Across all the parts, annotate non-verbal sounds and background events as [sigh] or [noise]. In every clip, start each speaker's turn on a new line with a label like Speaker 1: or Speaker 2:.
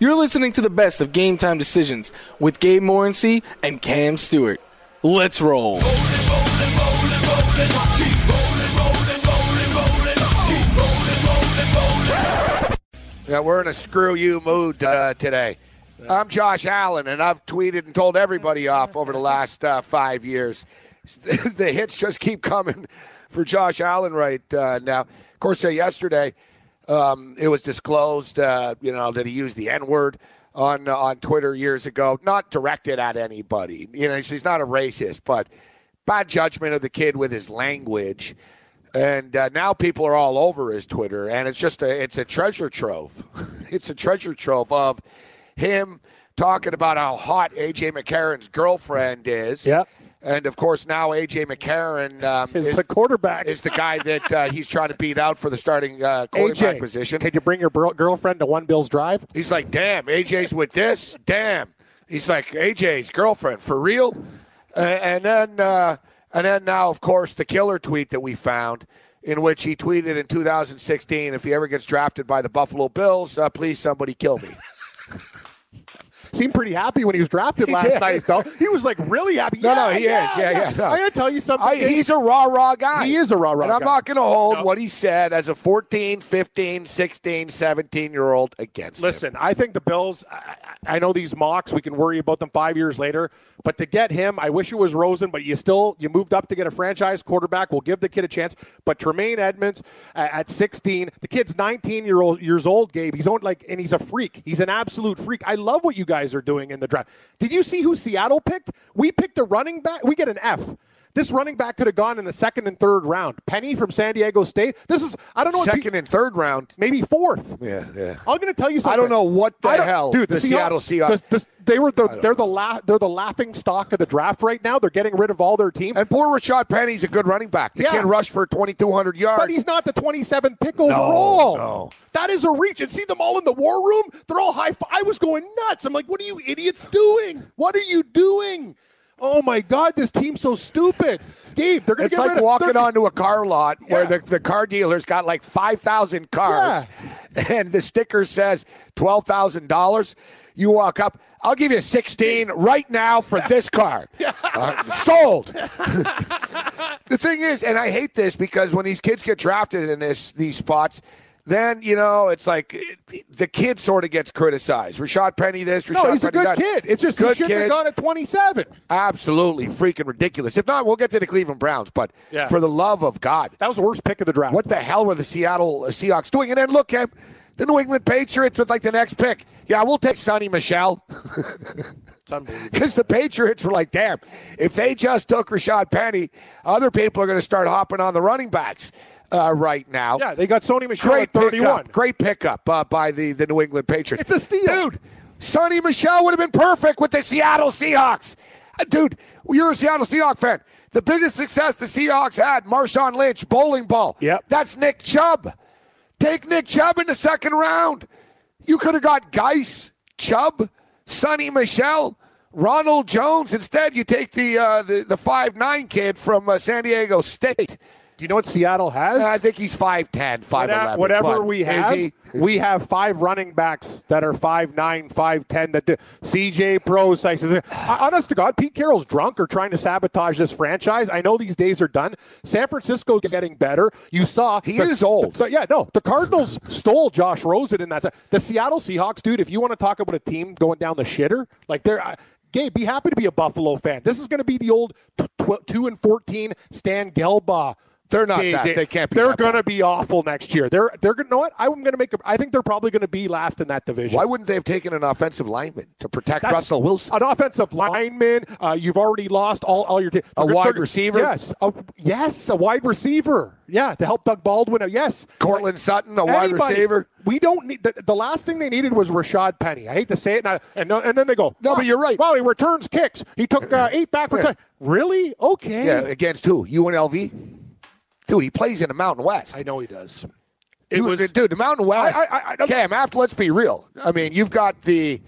Speaker 1: You're listening to the best of Game Time Decisions with Gabe Morency and Cam Stewart. Let's roll.
Speaker 2: Yeah, we're in a screw you mood uh, today. I'm Josh Allen, and I've tweeted and told everybody off over the last uh, five years. [laughs] the hits just keep coming for Josh Allen right uh, now. Of course, uh, yesterday um, it was disclosed, uh, you know, that he used the N word on uh, on Twitter years ago, not directed at anybody. You know, so he's not a racist, but bad judgment of the kid with his language and uh, now people are all over his Twitter, and it's just a it's a treasure trove. [laughs] it's a treasure trove of him talking about how hot AJ McCarron's girlfriend is.
Speaker 3: Yep.
Speaker 2: And of course, now AJ McCarron um,
Speaker 3: Is the quarterback.
Speaker 2: Is the guy that uh, he's trying to beat out for the starting uh, quarterback
Speaker 3: AJ,
Speaker 2: position.
Speaker 3: Can you bring your bro- girlfriend to One Bills Drive?
Speaker 2: He's like, damn, AJ's with this. Damn. He's like, AJ's girlfriend, for real? Uh, and then, uh, and then now, of course, the killer tweet that we found, in which he tweeted in 2016, if he ever gets drafted by the Buffalo Bills, uh, please somebody kill me.
Speaker 3: Seemed pretty happy when he was drafted last
Speaker 2: did.
Speaker 3: night, though. He was like really happy.
Speaker 2: No, no,
Speaker 3: Yeah,
Speaker 2: he is. Yeah, yeah, no.
Speaker 3: I gotta tell you something.
Speaker 2: [laughs] I, he's a raw, raw guy.
Speaker 3: He is a rah-rah
Speaker 2: And I'm
Speaker 3: guy.
Speaker 2: not going to hold what he said as a 14, 15, 16, 17 year old against him.
Speaker 3: Listen, I think the Bills. I, I I know these mocks. We can worry about them five years later, but to get him, I wish it was Rosen. But you still you moved up to get a franchise quarterback. We'll give the kid a chance. But Tremaine Edmonds uh, at 16, the kid's 19 year old years old. Gabe, he's on like, and he's a freak. He's an absolute freak. I love what you guys are doing in the draft. Did you see who Seattle picked? We picked a running back. We get an F. This running back could have gone in the second and third round. Penny from San Diego State. This is I don't know. what pe-
Speaker 2: Second and third round.
Speaker 3: maybe fourth.
Speaker 2: Yeah, yeah.
Speaker 3: I'm going to tell you something.
Speaker 2: don't know what the
Speaker 3: I don't-
Speaker 2: hell
Speaker 3: dude. The,
Speaker 2: the Seattle Seahawks-
Speaker 3: the- the- they were the, they're the la- they're the laughing stock of the draft right now. They're getting rid of all their team,
Speaker 2: And poor Rashad Penny's a good running back. The
Speaker 3: Yeah.
Speaker 2: kid rushed for 2,200 yards.
Speaker 3: but he's not the 27th pick overall.
Speaker 2: no.
Speaker 3: That is a reach. And see them all in the war room. They're all high. Fi- I was going nuts. I'm like, what are you idiots doing? What are you doing? Oh my God, this team's so stupid. Gabe, they're going
Speaker 2: It's
Speaker 3: to get rid
Speaker 2: like
Speaker 3: of
Speaker 2: walking
Speaker 3: they're-
Speaker 2: onto a car lot where the,
Speaker 3: Yeah.
Speaker 2: the car dealer's got like 5,000 cars [laughs] and the sticker says $12,000. You walk up, I'll give you 16 right now for this
Speaker 3: [laughs]
Speaker 2: car. Uh, sold. [laughs] the thing is, and I hate this because when these kids get drafted in this these spots, then you know it's like it- the kid sort of gets criticized. Rashad Penny this, Rashad
Speaker 3: No, he's a
Speaker 2: Penny that.
Speaker 3: good kid. It's just he
Speaker 2: Good
Speaker 3: shouldn't
Speaker 2: kid.
Speaker 3: have gone at 27.
Speaker 2: Absolutely freaking ridiculous. If not, we'll get to the Cleveland Browns. But
Speaker 3: Yeah.
Speaker 2: for the love of God,
Speaker 3: That was the worst pick of the draft.
Speaker 2: what the hell were the Seattle uh, Seahawks doing? And then look, Kev, the New England Patriots with like the next pick. Yeah, we'll take Sonny Michelle [laughs]
Speaker 3: It's unbelievable.
Speaker 2: because the Patriots were like, damn, if they just took Rashad Penny, other people are going to start hopping on the running backs uh, right now.
Speaker 3: Yeah, they got Sony Michelle
Speaker 2: great
Speaker 3: at 31.
Speaker 2: Pickup, great pickup uh, by the, the New England Patriots.
Speaker 3: It's a steal.
Speaker 2: Dude, Sonny Michelle would have been perfect with the Seattle Seahawks. Uh, Dude, you're a Seattle Seahawks fan. The biggest success the Seahawks had, Marshawn Lynch, bowling ball.
Speaker 3: Yep.
Speaker 2: That's Nick Chubb. Take Nick Chubb in the second round. You could have got Geis, Chubb, Sonny Michelle, Ronald Jones. Instead, you take the uh, the, the 5'9 kid from uh, San Diego State.
Speaker 3: Do you know what Seattle has?
Speaker 2: I think he's 5'10", 5'11",
Speaker 3: Whate- whatever
Speaker 2: but
Speaker 3: we
Speaker 2: is
Speaker 3: have,
Speaker 2: he?
Speaker 3: we have five running backs that are 5'9", 5'10", that do, CJ Pro, honest to God, Pete Carroll's drunk or trying to sabotage this franchise. I know these days are done. San Francisco's getting better. You saw
Speaker 2: He is old.
Speaker 3: the- yeah, no, the Cardinals stole Josh Rosen in that. se- The Seattle Seahawks, dude. If you want to talk about a team going down the shitter, like they're. I, Gabe, be happy to be a Buffalo fan. This is going to be the old tw- tw- two and fourteen Stan Gelba
Speaker 2: They're not that. They can't be
Speaker 3: They're
Speaker 2: that
Speaker 3: going to
Speaker 2: bad.
Speaker 3: be awful next year. They're they're going to know what I'm going to make. A, I think they're probably going to be last in that division.
Speaker 2: Why wouldn't they have taken an offensive lineman to protect
Speaker 3: That's-
Speaker 2: Russell Wilson?
Speaker 3: an offensive lineman. Uh, you've already lost all, all your t-
Speaker 2: A wide receiver?
Speaker 3: Yes, a, yes, a wide receiver. Yeah, to help Doug Baldwin. out. Yes,
Speaker 2: Cortland Sutton, a wide
Speaker 3: Anybody.
Speaker 2: receiver.
Speaker 3: We don't need the, the last thing they needed was Rashad Penny. I hate to say it, and I- and, no- and then they go,
Speaker 2: No, but
Speaker 3: "Wow,
Speaker 2: you're right."
Speaker 3: Wow, he returns kicks. He took uh, eight back for
Speaker 2: Yeah.
Speaker 3: touch. Really? Okay.
Speaker 2: Yeah, against who? UNLV? Dude, he plays in the Mountain West.
Speaker 3: I know he does.
Speaker 2: Dude, dude, the Mountain West.
Speaker 3: I- I- I don't-
Speaker 2: Cam, after let's be real. I mean, you've got the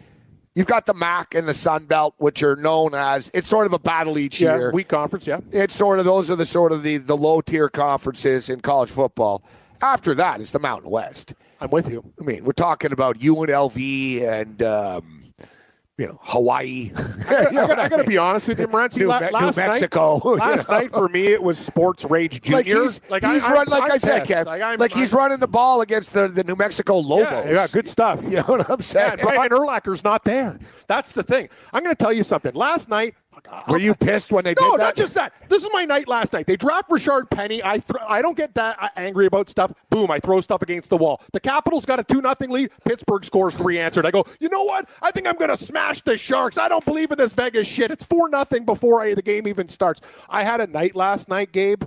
Speaker 2: you've got the MAC and the Sun Belt, which are known as it's sort of a battle each
Speaker 3: Yeah,
Speaker 2: year.
Speaker 3: week conference. Yeah,
Speaker 2: it's sort of those are the sort of the the low tier conferences in college football. After that, it's the Mountain West.
Speaker 3: I'm with you.
Speaker 2: I mean, we're talking about UNLV and um, you know Hawaii. [laughs] You know
Speaker 3: I
Speaker 2: what
Speaker 3: gotta, I
Speaker 2: I
Speaker 3: gotta
Speaker 2: mean?
Speaker 3: be honest with you, Morency.
Speaker 2: New
Speaker 3: la-
Speaker 2: Me- New
Speaker 3: last
Speaker 2: Mexico, [laughs] you
Speaker 3: Night, last
Speaker 2: know?
Speaker 3: night for me, it was sports rage junior.
Speaker 2: Like he's, he's
Speaker 3: I'm-
Speaker 2: run, like
Speaker 3: I'm
Speaker 2: I said,
Speaker 3: pissed.
Speaker 2: Kev,
Speaker 3: Like,
Speaker 2: like,
Speaker 3: I'm-
Speaker 2: he's
Speaker 3: I'm-
Speaker 2: running the ball against the, the New Mexico Lobos.
Speaker 3: Yeah, yeah, good stuff. [laughs]
Speaker 2: You know what I'm saying?
Speaker 3: Yeah, Brian Urlacher's not there. That's the thing. I'm going to tell you something. Last night,
Speaker 2: Were you pissed when they
Speaker 3: no,
Speaker 2: did that?
Speaker 3: not just that. This is my night last night. They draft Rashard Penny. I thr I don't get that uh, angry about stuff. Boom, I throw stuff against the wall. The Capitals got a 2 nothing lead. Pittsburgh scores three answered. I go, you know what? I think I'm going to smash the Sharks. I don't believe in this Vegas shit. It's 4 nothing before I, the game even starts. I had a night last night, Gabe.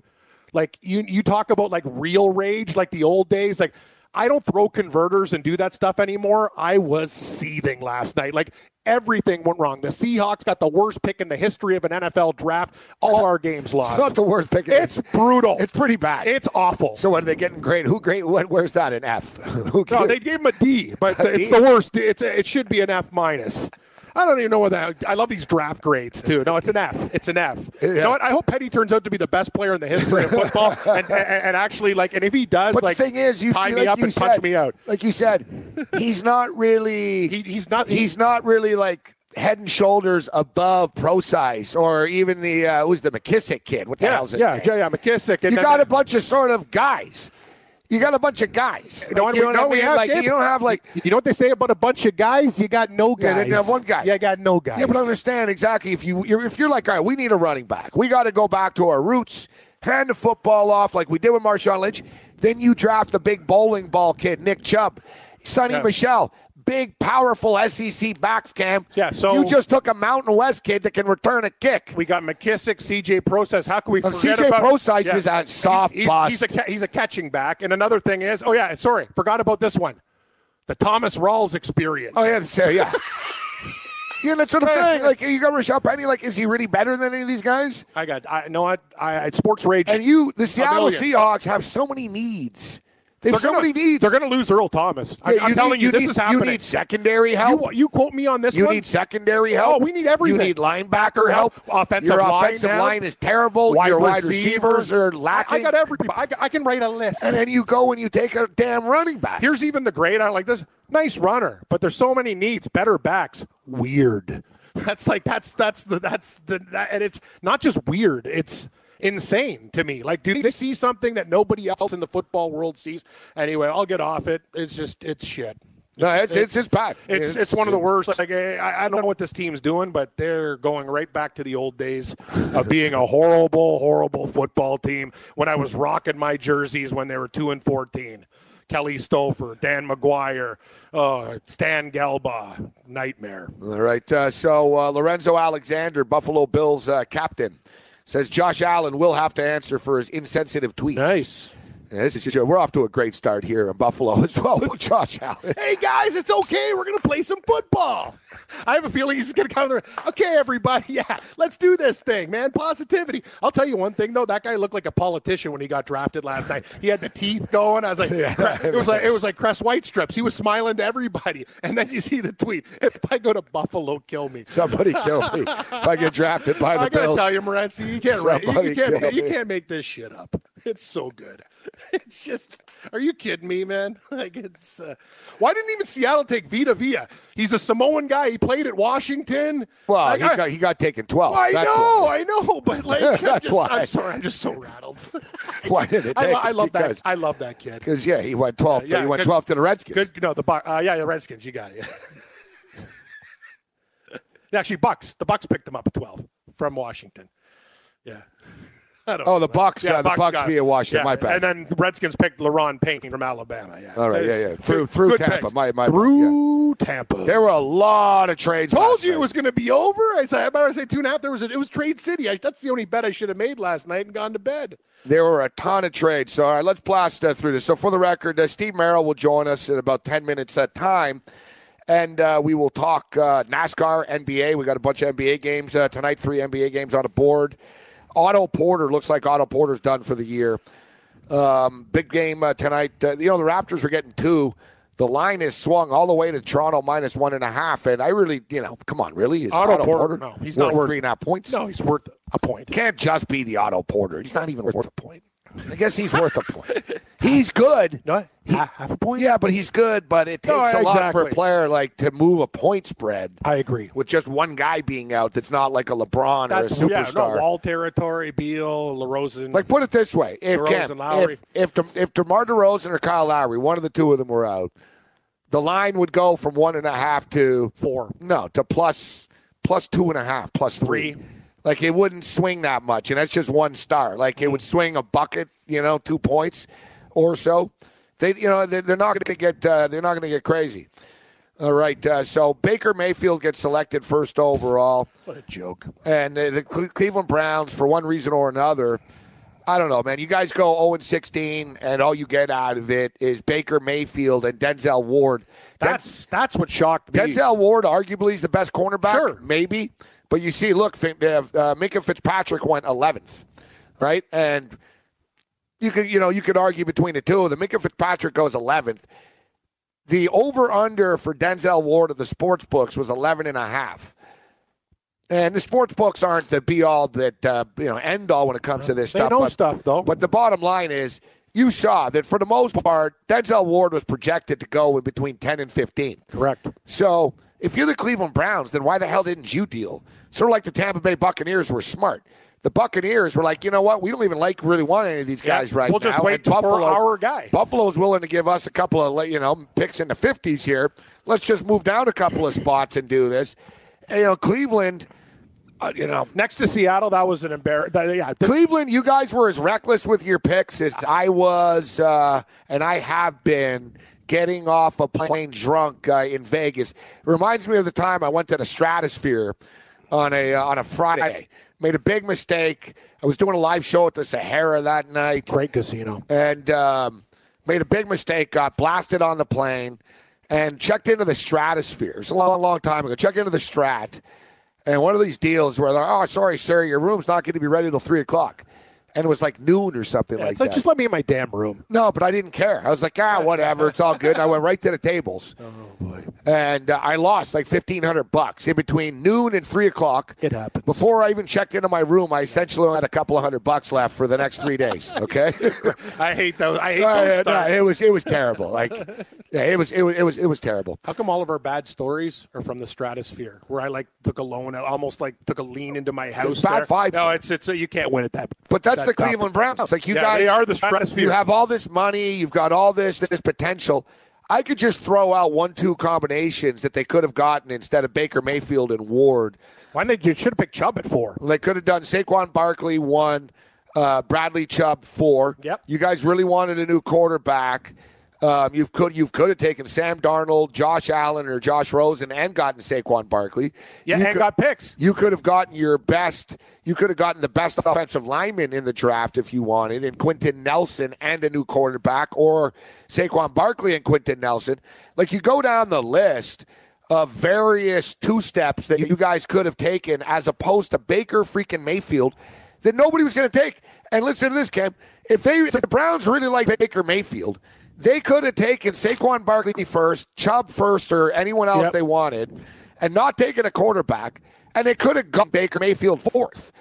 Speaker 3: Like, you, you talk about like real rage, like the old days. Like, I don't throw converters and do that stuff anymore. I was seething last night. Like everything went wrong. The Seahawks got the worst pick in the history of an NFL draft. All our games lost.
Speaker 2: It's not the worst pick.
Speaker 3: It's brutal.
Speaker 2: It's pretty bad.
Speaker 3: It's awful.
Speaker 2: so what are they getting grade? Who grade? What? Where's that? An F? [laughs] Who
Speaker 3: no,
Speaker 2: cares?
Speaker 3: they gave him a D, but
Speaker 2: A
Speaker 3: it's
Speaker 2: D?
Speaker 3: the worst. It's it should be an F minus. I don't even know what that. I love these draft grades too. No, it's an F. It's an F. You know what? I hope Petty turns out to be the best player in the history
Speaker 2: [laughs]
Speaker 3: of football, and, and, and actually, like, and if he does,
Speaker 2: but
Speaker 3: like,
Speaker 2: the thing is, you
Speaker 3: tie
Speaker 2: like
Speaker 3: me up
Speaker 2: you
Speaker 3: and punch
Speaker 2: said-
Speaker 3: me out.
Speaker 2: Like you said, he's not really.
Speaker 3: [laughs] He, he's not.
Speaker 2: he's not really like head and shoulders above pro size or even the uh, who's the McKissick kid. What the
Speaker 3: Yeah,
Speaker 2: hell's his
Speaker 3: yeah,
Speaker 2: name?
Speaker 3: yeah, yeah, McKissick. And
Speaker 2: you
Speaker 3: then-
Speaker 2: got a bunch of sort of guys. You got a bunch of guys.
Speaker 3: You know
Speaker 2: Like,
Speaker 3: what
Speaker 2: you
Speaker 3: we-
Speaker 2: know
Speaker 3: no,
Speaker 2: what I
Speaker 3: we
Speaker 2: mean?
Speaker 3: have,
Speaker 2: like
Speaker 3: Gabe?
Speaker 2: you don't have like
Speaker 3: You know what they say about a bunch of guys? You got no
Speaker 2: Yeah,
Speaker 3: guys.
Speaker 2: they didn't have one guy.
Speaker 3: Yeah, I got no guys.
Speaker 2: Yeah, but understand exactly if you you're, if you're like, all right, we need a running back. We got to go back to our roots, hand the football off like we did with Marshawn Lynch. Then you draft the big bowling ball kid, Nick Chubb, Sonny Michelle, big powerful SEC backs cam.
Speaker 3: Yeah, so-
Speaker 2: you just took a Mountain West kid that can return a kick.
Speaker 3: We got McKissick, CJ Process. How can we
Speaker 2: Well,
Speaker 3: forget
Speaker 2: CJ
Speaker 3: about
Speaker 2: Process is a
Speaker 3: He's-
Speaker 2: soft
Speaker 3: he's,
Speaker 2: bust.
Speaker 3: He's a ca- he's a catching back. And another thing is, oh yeah, sorry, forgot about this one, the Thomas Rawls experience.
Speaker 2: Oh yeah, so,
Speaker 3: [laughs]
Speaker 2: yeah. Yeah, that's what I'm saying. Like, you got Rashad Penny. Like, is he really better than any of these guys?
Speaker 3: I got. I know. I, I it's sports rage.
Speaker 2: And you, the Seattle
Speaker 3: million.
Speaker 2: Seahawks, have so many needs. They
Speaker 3: they're
Speaker 2: have so
Speaker 3: gonna,
Speaker 2: many needs.
Speaker 3: They're going to lose Earl Thomas. I,
Speaker 2: Yeah,
Speaker 3: am telling
Speaker 2: need-
Speaker 3: you, this
Speaker 2: need-
Speaker 3: is happening.
Speaker 2: You need secondary help.
Speaker 3: You, you quote me on this
Speaker 2: You
Speaker 3: one.
Speaker 2: need secondary help.
Speaker 3: Oh, we need everything.
Speaker 2: You need linebacker help.
Speaker 3: Offensive
Speaker 2: Your
Speaker 3: line
Speaker 2: offensive
Speaker 3: help.
Speaker 2: line is terrible. Your wide receivers are lacking.
Speaker 3: I, I got everybody. I, got- I can write a list.
Speaker 2: and then you go and you take a damn running back.
Speaker 3: Here's even the grade. I like this. Nice runner, but there's so many needs. Better backs. Weird. [laughs] That's like that's that's the that's the that, and it's not just weird. It's insane to me. Like, do they see something that nobody else in the football world sees? Anyway, I'll get off it. It's just it's shit.
Speaker 2: no, it's it's it's bad.
Speaker 3: It's, it's one of the worst. Like I, I don't know what this team's doing, but they're going right back to the old days of being a horrible, horrible football team. When I was rocking my jerseys when they were two and fourteen, Kelly Stoffer, Dan McGuire, uh, Stan Gelba, nightmare.
Speaker 2: All right. Uh, so uh, Lorenzo Alexander, Buffalo Bills uh, captain, says Josh Allen will have to answer for his insensitive tweets. Yeah, this is we're off to a great start here in Buffalo [laughs] as well with Josh Allen.
Speaker 3: Hey guys, it's okay. We're gonna play some football. I have a feeling he's gonna come there. Okay, everybody, [laughs] yeah, let's do this thing, man. Positivity. I'll tell you one thing though. That guy looked like a politician when he got drafted last night. He had the teeth going. I was like, it was like it was like Crest White strips. He was smiling to everybody, and then you see the tweet: "If I go to Buffalo, kill me."
Speaker 2: Somebody kill me if I get drafted by the
Speaker 3: [laughs] I gotta
Speaker 2: Bills.
Speaker 3: tell you, Morency, you can't write. You,
Speaker 2: Somebody
Speaker 3: can't.
Speaker 2: kill
Speaker 3: You
Speaker 2: me.
Speaker 3: can't make this shit up. [laughs] It's so good. [laughs] It's just, are you kidding me, man? [laughs] Like it's. Uh, why didn't even Seattle take Vita Villa? He's a Samoan guy. He played at Washington.
Speaker 2: Well,
Speaker 3: Like,
Speaker 2: he,
Speaker 3: I-
Speaker 2: got, he got taken 12.
Speaker 3: I
Speaker 2: That's
Speaker 3: know,
Speaker 2: why.
Speaker 3: I know, but
Speaker 2: [laughs]
Speaker 3: like, I'm,
Speaker 2: That's
Speaker 3: just,
Speaker 2: why.
Speaker 3: I'm sorry, I'm just so rattled.
Speaker 2: [laughs] Why did it
Speaker 3: [laughs] I,
Speaker 2: take
Speaker 3: lo- I
Speaker 2: it?
Speaker 3: love
Speaker 2: Because-
Speaker 3: that. I love that kid.
Speaker 2: Because, yeah, he went 12.
Speaker 3: Yeah,
Speaker 2: he went
Speaker 3: 'cause-
Speaker 2: 12 to the Redskins.
Speaker 3: Good, no, the Bu- uh, yeah, the Redskins. You got it. [laughs] Yeah. Actually, Bucks. The Bucks picked him up at twelve from Washington. Yeah. [laughs] I don't
Speaker 2: Oh,
Speaker 3: know,
Speaker 2: the
Speaker 3: man.
Speaker 2: Bucks, yeah, the Bucks
Speaker 3: got it.
Speaker 2: via Washington,
Speaker 3: Yeah,
Speaker 2: my bad.
Speaker 3: And then the Redskins picked LaRon Payne from Alabama. Yeah.
Speaker 2: All right, yeah, yeah. Through- through Tampa, my- my bad, yeah.
Speaker 3: through Tampa.
Speaker 2: There were a lot of trades.
Speaker 3: Told
Speaker 2: last
Speaker 3: you
Speaker 2: night.
Speaker 3: it was going to be over. I said, I better say two and a half. There was a, it was Trade City. I, that's the only bet I should have made last night and gone to bed.
Speaker 2: There were a ton of trades. So, all right, let's blast uh, through this. So, for the record, uh, Steve Merrill will join us in about 10 minutes at time. And uh, we will talk uh, NASCAR, NBA. We got a bunch of NBA games uh, tonight, three NBA games on the board. Otto Porter looks like Otto Porter's done for the year. Um, big game uh, tonight. Uh, you know, the Raptors were getting two. The line is swung all the way to Toronto minus one and a half. And I really, you know, come on, really? Is
Speaker 3: Otto
Speaker 2: Otto,
Speaker 3: Porter- no, he's not
Speaker 2: worth
Speaker 3: worth-
Speaker 2: three and a half points?
Speaker 3: No, he's worth a point.
Speaker 2: can't just be the Otto Porter. He's not even worth a point. I guess he's worth a point.
Speaker 3: [laughs]
Speaker 2: He's good.
Speaker 3: No, half, half a point.
Speaker 2: Yeah, but he's good. But it takes
Speaker 3: No,
Speaker 2: a lot for
Speaker 3: exactly.
Speaker 2: a player like to move a point spread
Speaker 3: I agree.
Speaker 2: with just one guy being out. That's not like a LeBron
Speaker 3: That's
Speaker 2: or a
Speaker 3: yeah,
Speaker 2: superstar.
Speaker 3: no, all territory. Beal, LaRosen.
Speaker 2: like put it this way: if
Speaker 3: DeRozan,
Speaker 2: Cam,
Speaker 3: Lowry.
Speaker 2: if if, De, if DeMar DeRozan or Kyle Lowry, one of the two of them were out, the line would go from one and a half to
Speaker 3: Four.
Speaker 2: No, to plus plus two and a half, plus three.
Speaker 3: Three.
Speaker 2: Like it wouldn't swing that much, and that's just one star. Like it would
Speaker 3: Mm-hmm.
Speaker 2: swing a bucket, you know, two points or so. They, you know, they're, they're not going to get uh, they're not going to get crazy. All right, uh, so Baker Mayfield gets selected first overall,
Speaker 3: what a joke.
Speaker 2: and uh, the Cle- Cleveland Browns, for one reason or another, I don't know, man. You guys go 0 and 16, and all you get out of it is Baker Mayfield and Denzel Ward. Den-
Speaker 3: That's that's what shocked me.
Speaker 2: Denzel Ward arguably is the best cornerback.
Speaker 3: Sure.
Speaker 2: maybe. But you see, look, Fin- uh, uh, Minka Fitzpatrick went 11th, right? And you could, you know, you could argue between the two of them. Minka Fitzpatrick goes 11th. The over/under for Denzel Ward of the sports books was 11 and a half. And the sports books aren't the be-all that uh, you know end-all when it comes to this
Speaker 3: They
Speaker 2: stuff.
Speaker 3: know
Speaker 2: but-
Speaker 3: stuff though.
Speaker 2: but the bottom line is, you saw that for the most part, Denzel Ward was projected to go in between 10 and 15.
Speaker 3: correct.
Speaker 2: So if you're the Cleveland Browns, then why the hell didn't you deal? Sort of like the Tampa Bay Buccaneers were smart. The Buccaneers were like, you know what? We don't even like really want any of these
Speaker 3: Yeah,
Speaker 2: guys right
Speaker 3: we'll
Speaker 2: now.
Speaker 3: just
Speaker 2: And
Speaker 3: wait for our guy.
Speaker 2: Buffalo's willing to give us a couple of like, you know picks in the fifties here. Let's just move down a couple of spots and do this. And, you know, Cleveland. Uh, you know,
Speaker 3: Next to Seattle, that was an embarrassment. Yeah, th-
Speaker 2: Cleveland, you guys were as reckless with your picks as I was, uh, and I have been getting off a plane drunk uh, in Vegas. Reminds me of the time I went to the Stratosphere on a uh, on a Friday. Made a big mistake. I was doing a live show at the Sahara that night
Speaker 3: great casino.
Speaker 2: and um, made a big mistake, got blasted on the plane, and checked into the stratosphere. It's a long, long time ago. Checked into the strat, and one of these deals where, like, oh, sorry, sir, your room's not going to be ready till 3 o'clock. And it was like noon or something like
Speaker 3: it's like
Speaker 2: that.
Speaker 3: just let me in my damn room.
Speaker 2: No, but I didn't care. I was like, ah, whatever, it's all good. And I went right to the
Speaker 3: [laughs]
Speaker 2: tables. Oh boy! And uh, I lost like fifteen hundred bucks in between noon and three o'clock.
Speaker 3: It happens.
Speaker 2: Before I even checked into my room, I essentially only had a couple of hundred bucks left for the next three days.
Speaker 3: [laughs]
Speaker 2: Okay. [laughs]
Speaker 3: I hate those. I hate
Speaker 2: No,
Speaker 3: those.
Speaker 2: yeah, no,
Speaker 3: starts.
Speaker 2: it was it was terrible.
Speaker 3: [laughs]
Speaker 2: Like, yeah, it was it was it was it was terrible.
Speaker 3: How come all of our bad stories are from the stratosphere, where I like took a loan, I almost like took a lean into my house?
Speaker 2: bad
Speaker 3: there?
Speaker 2: vibes.
Speaker 3: No, it's it's you can't win at that.
Speaker 2: But that's
Speaker 3: that
Speaker 2: the
Speaker 3: tough.
Speaker 2: Cleveland Browns. It's Like you
Speaker 3: Yeah,
Speaker 2: guys,
Speaker 3: they are the stratosphere.
Speaker 2: You have all this money. You've got all this this potential. I could just throw out one-two combinations that they could have gotten instead of Baker Mayfield and Ward.
Speaker 3: Why did you should have picked Chubb at four?
Speaker 2: They could have done Saquon Barkley one, uh, Bradley Chubb four.
Speaker 3: Yep.
Speaker 2: You guys really wanted a new quarterback. Um, you could you could have taken Sam Darnold, Josh Allen, or Josh Rosen, and gotten Saquon Barkley.
Speaker 3: Yeah,
Speaker 2: you
Speaker 3: and
Speaker 2: could-
Speaker 3: got picks.
Speaker 2: you could have gotten your best. You could have gotten the best offensive lineman in the draft if you wanted, and Quinton Nelson and a new quarterback, or Saquon Barkley and Quinton Nelson. Like you go down the list of various two steps that you guys could have taken, as opposed to Baker freaking Mayfield, that nobody was going to take. And listen to this, Cam. If they if the Browns really like Baker Mayfield. They could have taken Saquon Barkley first, Chubb first, or anyone else
Speaker 3: Yep.
Speaker 2: they wanted and not taking a quarterback, and they could have gone Baker Mayfield fourth.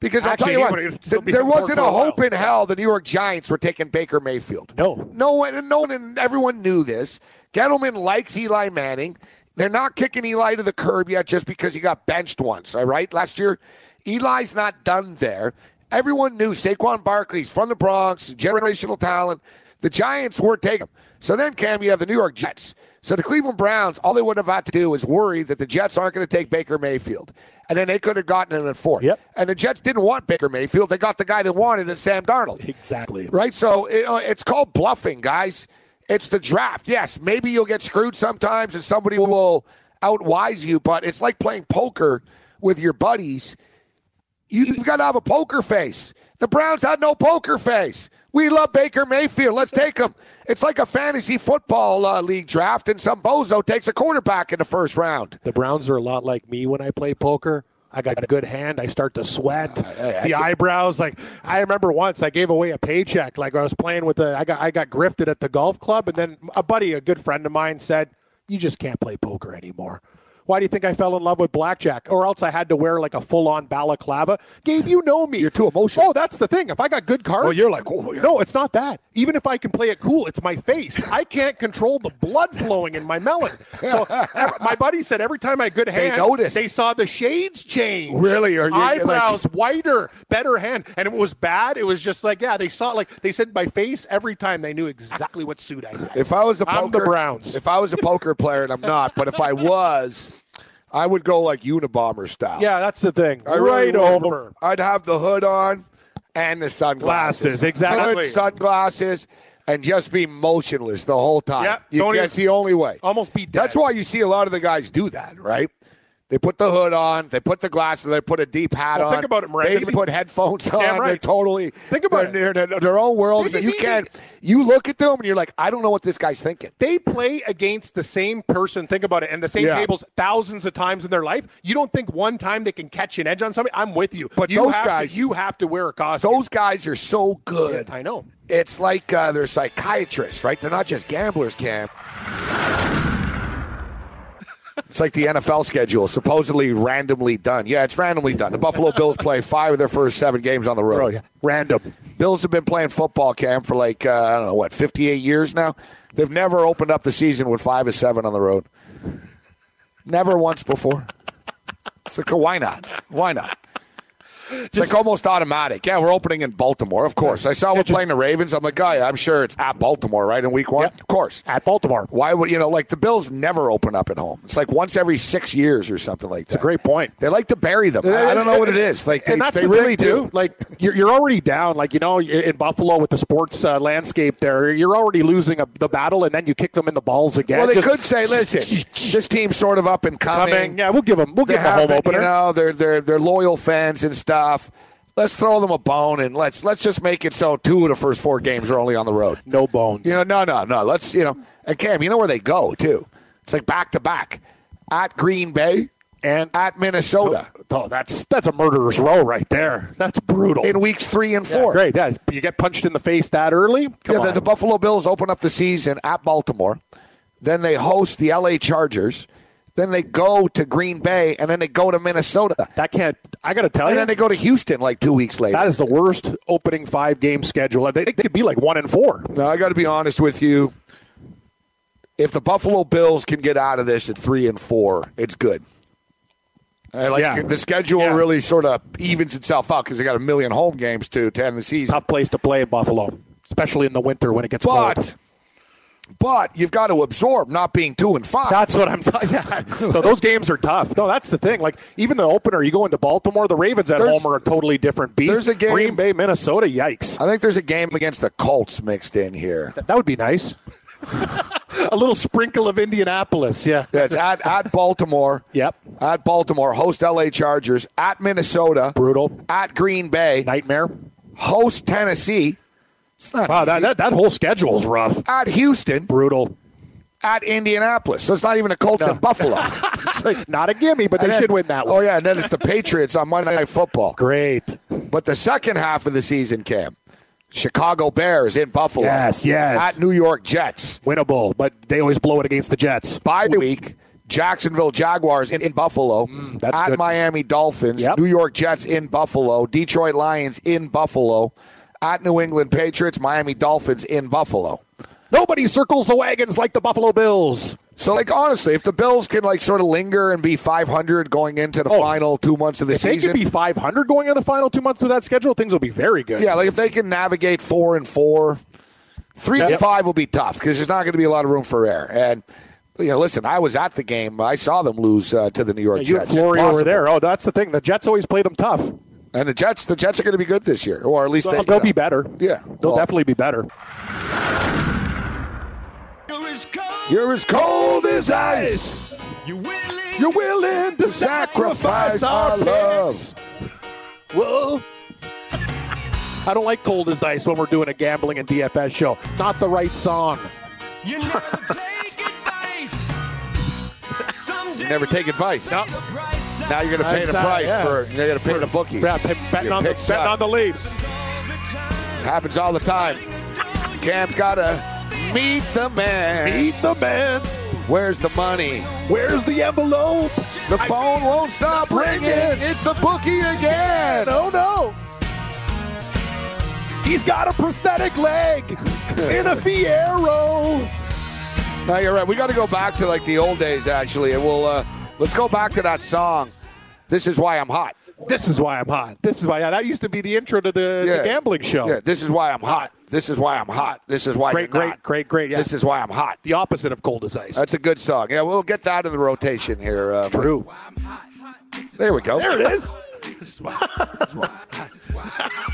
Speaker 2: Because I'll
Speaker 3: Actually,
Speaker 2: tell you
Speaker 3: he
Speaker 2: what,
Speaker 3: would've still
Speaker 2: th-
Speaker 3: be
Speaker 2: there
Speaker 3: on board
Speaker 2: wasn't
Speaker 3: for
Speaker 2: a
Speaker 3: a while.
Speaker 2: hope in hell the New York Giants were taking Baker Mayfield.
Speaker 3: No.
Speaker 2: No one, no one, and everyone knew this. Gettleman likes Eli Manning. They're not kicking Eli to the curb yet just because he got benched once, all right? Last year, Eli's not done there. Everyone knew Saquon Barkley's from the Bronx, generational talent. The Giants weren't taking him. So then, Cam, you have the New York Jets. So the Cleveland Browns, all they would have had to do is worry that the Jets aren't going to take Baker Mayfield. And then they could have gotten it at four.
Speaker 3: Yep.
Speaker 2: And the Jets didn't want Baker Mayfield. They got the guy they wanted in Sam Darnold
Speaker 3: Exactly.
Speaker 2: right? So it, uh, it's called bluffing, guys. It's the draft. Yes, maybe you'll get screwed sometimes, and somebody will outwise you. But it's like playing poker with your buddies. You, you've got to have a poker face. The Browns had no poker face. We love Baker Mayfield. Let's take him. It's like a fantasy football uh, league draft, and some bozo takes a quarterback in the first round.
Speaker 3: The Browns are a lot like me when I play poker. I got a good hand. I start
Speaker 2: [laughs]
Speaker 3: to sweat. the eyebrows, like I remember once, I gave away a paycheck. Like I was playing with a, I got, I got grifted at the golf club, and then a buddy, a good friend of mine, said, "You just can't play poker anymore." Why do you think I fell in love with blackjack? Or else I had to wear like a full-on balaclava. Gabe, you know me.
Speaker 2: You're too emotional.
Speaker 3: Oh, that's the thing. If I got good cards,
Speaker 2: Oh, you're like, oh, yeah.
Speaker 3: no, it's not that. Even if I can play it cool, it's my face. I can't control the blood flowing in my melon.
Speaker 2: [laughs]
Speaker 3: So ev- my buddy said every time I had good hand,
Speaker 2: noticed.
Speaker 3: they saw the shades change.
Speaker 2: Really? Or you-
Speaker 3: eyebrows whiter, better hand, and it was bad. It was just like yeah, they saw like they said my face every time. They knew exactly what suit I had.
Speaker 2: If I was a poker,
Speaker 3: I'm the Browns.
Speaker 2: If I was a poker player, and I'm not, but if I was, I would go like Unabomber style.
Speaker 3: yeah, that's the thing.
Speaker 2: I
Speaker 3: right
Speaker 2: really would.
Speaker 3: over.
Speaker 2: I'd have the hood on and the sunglasses.
Speaker 3: Glasses, exactly.
Speaker 2: Hood, sunglasses, and just be motionless the whole time.
Speaker 3: Yep,
Speaker 2: You-
Speaker 3: don't
Speaker 2: that's
Speaker 3: even-
Speaker 2: the only way.
Speaker 3: Almost be dead.
Speaker 2: That's why you see a lot of the guys do that, right? They put the hood on, they put the glasses, they put a deep hat
Speaker 3: Well,
Speaker 2: on.
Speaker 3: think about it, Murray.
Speaker 2: They
Speaker 3: Think
Speaker 2: even
Speaker 3: about-
Speaker 2: put headphones on. They're
Speaker 3: right.
Speaker 2: totally
Speaker 3: Think about
Speaker 2: they're, They're in their own world.
Speaker 3: This
Speaker 2: and
Speaker 3: is
Speaker 2: you
Speaker 3: easy.
Speaker 2: can't. You look at them and you're like, I don't know what this guy's thinking.
Speaker 3: they play against the same person. Think about it, and the same
Speaker 2: Yeah.
Speaker 3: tables thousands of times in their life. You don't think one time they can catch an edge on somebody? I'm with you.
Speaker 2: But
Speaker 3: you
Speaker 2: those
Speaker 3: have to-
Speaker 2: guys-
Speaker 3: you have to wear a costume.
Speaker 2: Those guys are so good.
Speaker 3: I know.
Speaker 2: It's like uh, they're psychiatrists, right? They're not just gamblers, Cam. It's like the NFL schedule, supposedly randomly done. Yeah, it's randomly done. The Buffalo Bills play five of their first seven games on the road.
Speaker 3: Random.
Speaker 2: Bills have been playing football, Cam, for like, uh, I don't know, what, 58 years now? They've never opened up the season with five or seven on the road. Never once before. It's like, why not? Why not? It's like almost automatic. Yeah, we're opening in Baltimore, of course. I saw we're playing the Ravens. I'm like, oh, yeah, I'm sure it's at Baltimore, right, in week one?
Speaker 3: Yeah.
Speaker 2: Of course.
Speaker 3: At Baltimore.
Speaker 2: Why would, you know, like the Bills never open up at home. It's like once every six years or something like that. It's a
Speaker 3: great point.
Speaker 2: They like to bury them. I I don't know what
Speaker 3: [laughs]
Speaker 2: it is. Like, they,
Speaker 3: and that's
Speaker 2: they
Speaker 3: the
Speaker 2: really
Speaker 3: thing,
Speaker 2: do.
Speaker 3: too. Like you're, you're already down. Like you know, i- in Buffalo with the sports uh, landscape, there you're already losing a, the battle, and then you kick them in the balls again.
Speaker 2: Well, they
Speaker 3: Just-
Speaker 2: could say,
Speaker 3: [laughs]
Speaker 2: listen, this team's sort of up and coming.
Speaker 3: coming. Yeah, we'll give them. We'll
Speaker 2: They
Speaker 3: give them a home
Speaker 2: have,
Speaker 3: opener.
Speaker 2: You know, they're, they're, they're loyal fans and stuff. Let's throw them a bone and let's let's just make it so two of the first four games are only on the road.
Speaker 3: no bones.
Speaker 2: You know, no, no, no. Let's, you know, and Cam, you know where they go, too. It's like back to back at Green Bay
Speaker 3: and
Speaker 2: at Minnesota
Speaker 3: oh, that's that's a murderer's row right there. That's brutal.
Speaker 2: in weeks three and
Speaker 3: Yeah,
Speaker 2: four.
Speaker 3: great. Yeah, you get punched in the face that early. Come
Speaker 2: Yeah, the,
Speaker 3: on.
Speaker 2: the Buffalo Bills open up the season at Baltimore. Then they host the LA Chargers. Then they go to Green Bay, and then they go to Minnesota.
Speaker 3: that can't. I got to tell
Speaker 2: And
Speaker 3: you,
Speaker 2: then they go to Houston like two weeks later.
Speaker 3: that is the worst opening five game schedule. They, they could be like one and four.
Speaker 2: now, I got to be honest with you. If the Buffalo Bills can get out of this at three and four, it's good. I like
Speaker 3: Yeah.
Speaker 2: the schedule
Speaker 3: Yeah.
Speaker 2: really sort of evens itself out because they got a million home games to to end the season.
Speaker 3: Tough place to play in Buffalo, especially in the winter when it gets
Speaker 2: But
Speaker 3: cold.
Speaker 2: but you've got to absorb not being two and five.
Speaker 3: That's what I'm talking.
Speaker 2: [laughs]
Speaker 3: Yeah. So those games are tough. No, that's the thing. Like even the opener, you go into Baltimore, the Ravens at
Speaker 2: There's-
Speaker 3: home are a totally different beast.
Speaker 2: there's a game-
Speaker 3: Green Bay, Minnesota. Yikes.
Speaker 2: I think there's a game against the Colts mixed in here.
Speaker 3: That would
Speaker 2: [laughs]
Speaker 3: be nice. a little sprinkle of Indianapolis. Yeah.
Speaker 2: That's at, at
Speaker 3: [laughs]
Speaker 2: Baltimore.
Speaker 3: Yep.
Speaker 2: At Baltimore, host LA Chargers. At Minnesota.
Speaker 3: Brutal.
Speaker 2: At Green Bay.
Speaker 3: Nightmare.
Speaker 2: Host Tennessee. It's not
Speaker 3: Wow, that,
Speaker 2: easy.
Speaker 3: that, that whole schedule is rough.
Speaker 2: at Houston.
Speaker 3: Brutal.
Speaker 2: At Indianapolis. So it's not even the Colts and
Speaker 3: [laughs]
Speaker 2: Buffalo. It's like-
Speaker 3: Not a gimme, but they
Speaker 2: and then-
Speaker 3: should win that one.
Speaker 2: Oh, yeah. And then it's the Patriots on Monday Night Football.
Speaker 3: Great.
Speaker 2: But the second half of the season, Cam. Chicago Bears in Buffalo.
Speaker 3: Yes, yes.
Speaker 2: At New York Jets.
Speaker 3: Winnable, but they always blow it against the Jets.
Speaker 2: Bye week. Jacksonville Jaguars in, in Buffalo,
Speaker 3: Mm, that's
Speaker 2: at
Speaker 3: good.
Speaker 2: Miami Dolphins,
Speaker 3: Yep.
Speaker 2: New York Jets in Buffalo, Detroit Lions in Buffalo, at New England Patriots, Miami Dolphins in Buffalo.
Speaker 3: Nobody circles the wagons like the Buffalo Bills.
Speaker 2: So, like, honestly, if the Bills can, like, sort of linger and be 500 going into the
Speaker 3: Oh.
Speaker 2: final two months of the
Speaker 3: If they
Speaker 2: season.
Speaker 3: could be 500 going in the final two months with that schedule, things will be very good.
Speaker 2: yeah, like, if they can navigate four and four, three and
Speaker 3: Yep.
Speaker 2: five will be tough because there's not going to be a lot of room for error. And, you know, listen, I was at the game. I saw them lose uh, to the New York
Speaker 3: You and
Speaker 2: Jets.
Speaker 3: Florio were
Speaker 2: Impossible.
Speaker 3: there. Oh, that's the thing. The Jets always play them tough.
Speaker 2: And the Jets, the Jets are going to be good this year, or at least
Speaker 3: Well,
Speaker 2: they,
Speaker 3: they'll be better.
Speaker 2: Yeah,
Speaker 3: They'll
Speaker 2: well-
Speaker 3: definitely be better.
Speaker 2: You're as cold as ice. You're willing to sacrifice our love.
Speaker 3: Whoa. I don't like cold as ice when we're doing a gambling and DFS show. Not the right song.
Speaker 2: Never take advice. Now you're going to pay
Speaker 3: That's
Speaker 2: the
Speaker 3: not-
Speaker 2: price
Speaker 3: yeah.
Speaker 2: for. You're going to pay the bookies.
Speaker 3: Yeah, pe- betting,
Speaker 2: Your
Speaker 3: on the,
Speaker 2: picks
Speaker 3: betting on
Speaker 2: suck.
Speaker 3: the Leafs.
Speaker 2: happens all the time. Cam's got to meet the man.
Speaker 3: Eat the man.
Speaker 2: Where's the money?
Speaker 3: Where's the envelope?
Speaker 2: The phone won't stop ringing. It's the bookie again.
Speaker 3: Oh no. He's got a prosthetic
Speaker 2: [laughs]
Speaker 3: leg in a Fiero.
Speaker 2: No, you're right. We got to go back to like the old days, actually, and we'll uh, let's go back to that song. This is why I'm hot.
Speaker 3: This is why I'm hot. This is why that used to be the intro to the, the
Speaker 2: Yeah.
Speaker 3: gambling show.
Speaker 2: Yeah, this is why I'm hot. This is why I'm hot. This is why
Speaker 3: Great,
Speaker 2: you're
Speaker 3: great,
Speaker 2: not.
Speaker 3: great, great, yeah.
Speaker 2: This is why I'm hot.
Speaker 3: The opposite of cold as ice.
Speaker 2: That's a good song. Yeah, we'll get that in the rotation here. Uh,
Speaker 3: true.
Speaker 2: there we go.
Speaker 3: There it is.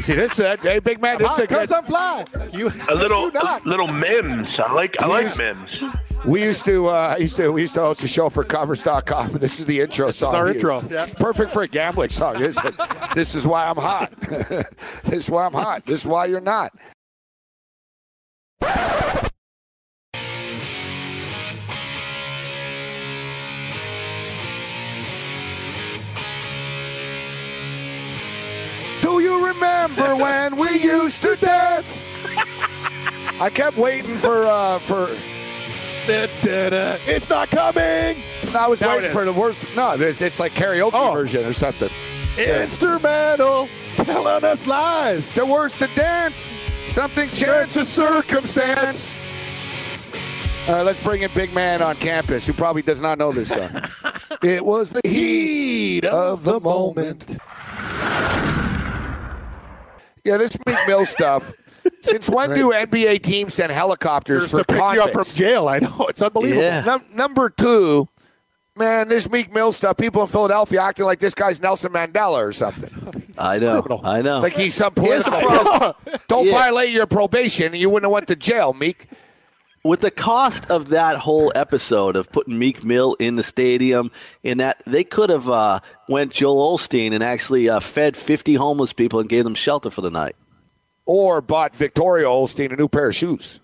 Speaker 2: See this? Uh, hey, big man, this is a good.
Speaker 3: Because I'm fly. You,
Speaker 4: A little,
Speaker 3: you not.
Speaker 4: little mims. I like, I like mims.
Speaker 2: We used to, uh, I used to, we used to host a show for Covers.com. This is the intro song.
Speaker 3: our
Speaker 2: we
Speaker 3: intro.
Speaker 2: used.
Speaker 3: Yeah.
Speaker 2: Perfect for a gambling song, isn't it? this is why I'm hot. [laughs] this is why I'm hot. This is why you're not. Do you remember when we used to dance? I kept waiting for uh, for
Speaker 3: Da, da, da. It's not coming.
Speaker 2: I was
Speaker 3: Now it
Speaker 2: waiting
Speaker 3: is.
Speaker 2: for the worst. No, it's, it's like karaoke
Speaker 3: Oh.
Speaker 2: version or something.
Speaker 3: Instrumental telling us lies.
Speaker 2: The words to dance, something chance of circumstance. All right, let's bring in Big Man on campus, who probably does not know this
Speaker 3: [laughs]
Speaker 2: song. it was the heat of the moment. Yeah, this Meek Mill stuff. Since when do NBA teams send helicopters for
Speaker 3: to pick you up from
Speaker 2: convicts?
Speaker 3: jail. I know it's unbelievable.
Speaker 2: Num- number two, man, this Meek Mill stuff. People in Philadelphia acting like this guy's Nelson Mandela or something.
Speaker 5: I know. I know.
Speaker 2: Like he's some political. [laughs] Don't
Speaker 5: Yeah.
Speaker 2: violate your probation, and you wouldn't have went to jail, Meek.
Speaker 5: With the cost of that whole episode of putting Meek Mill in the stadium, in that they could have uh, went Joel Olstein and actually uh, fed 50 homeless people and gave them shelter for the night.
Speaker 2: Or bought Victoria Olstein a new pair of shoes.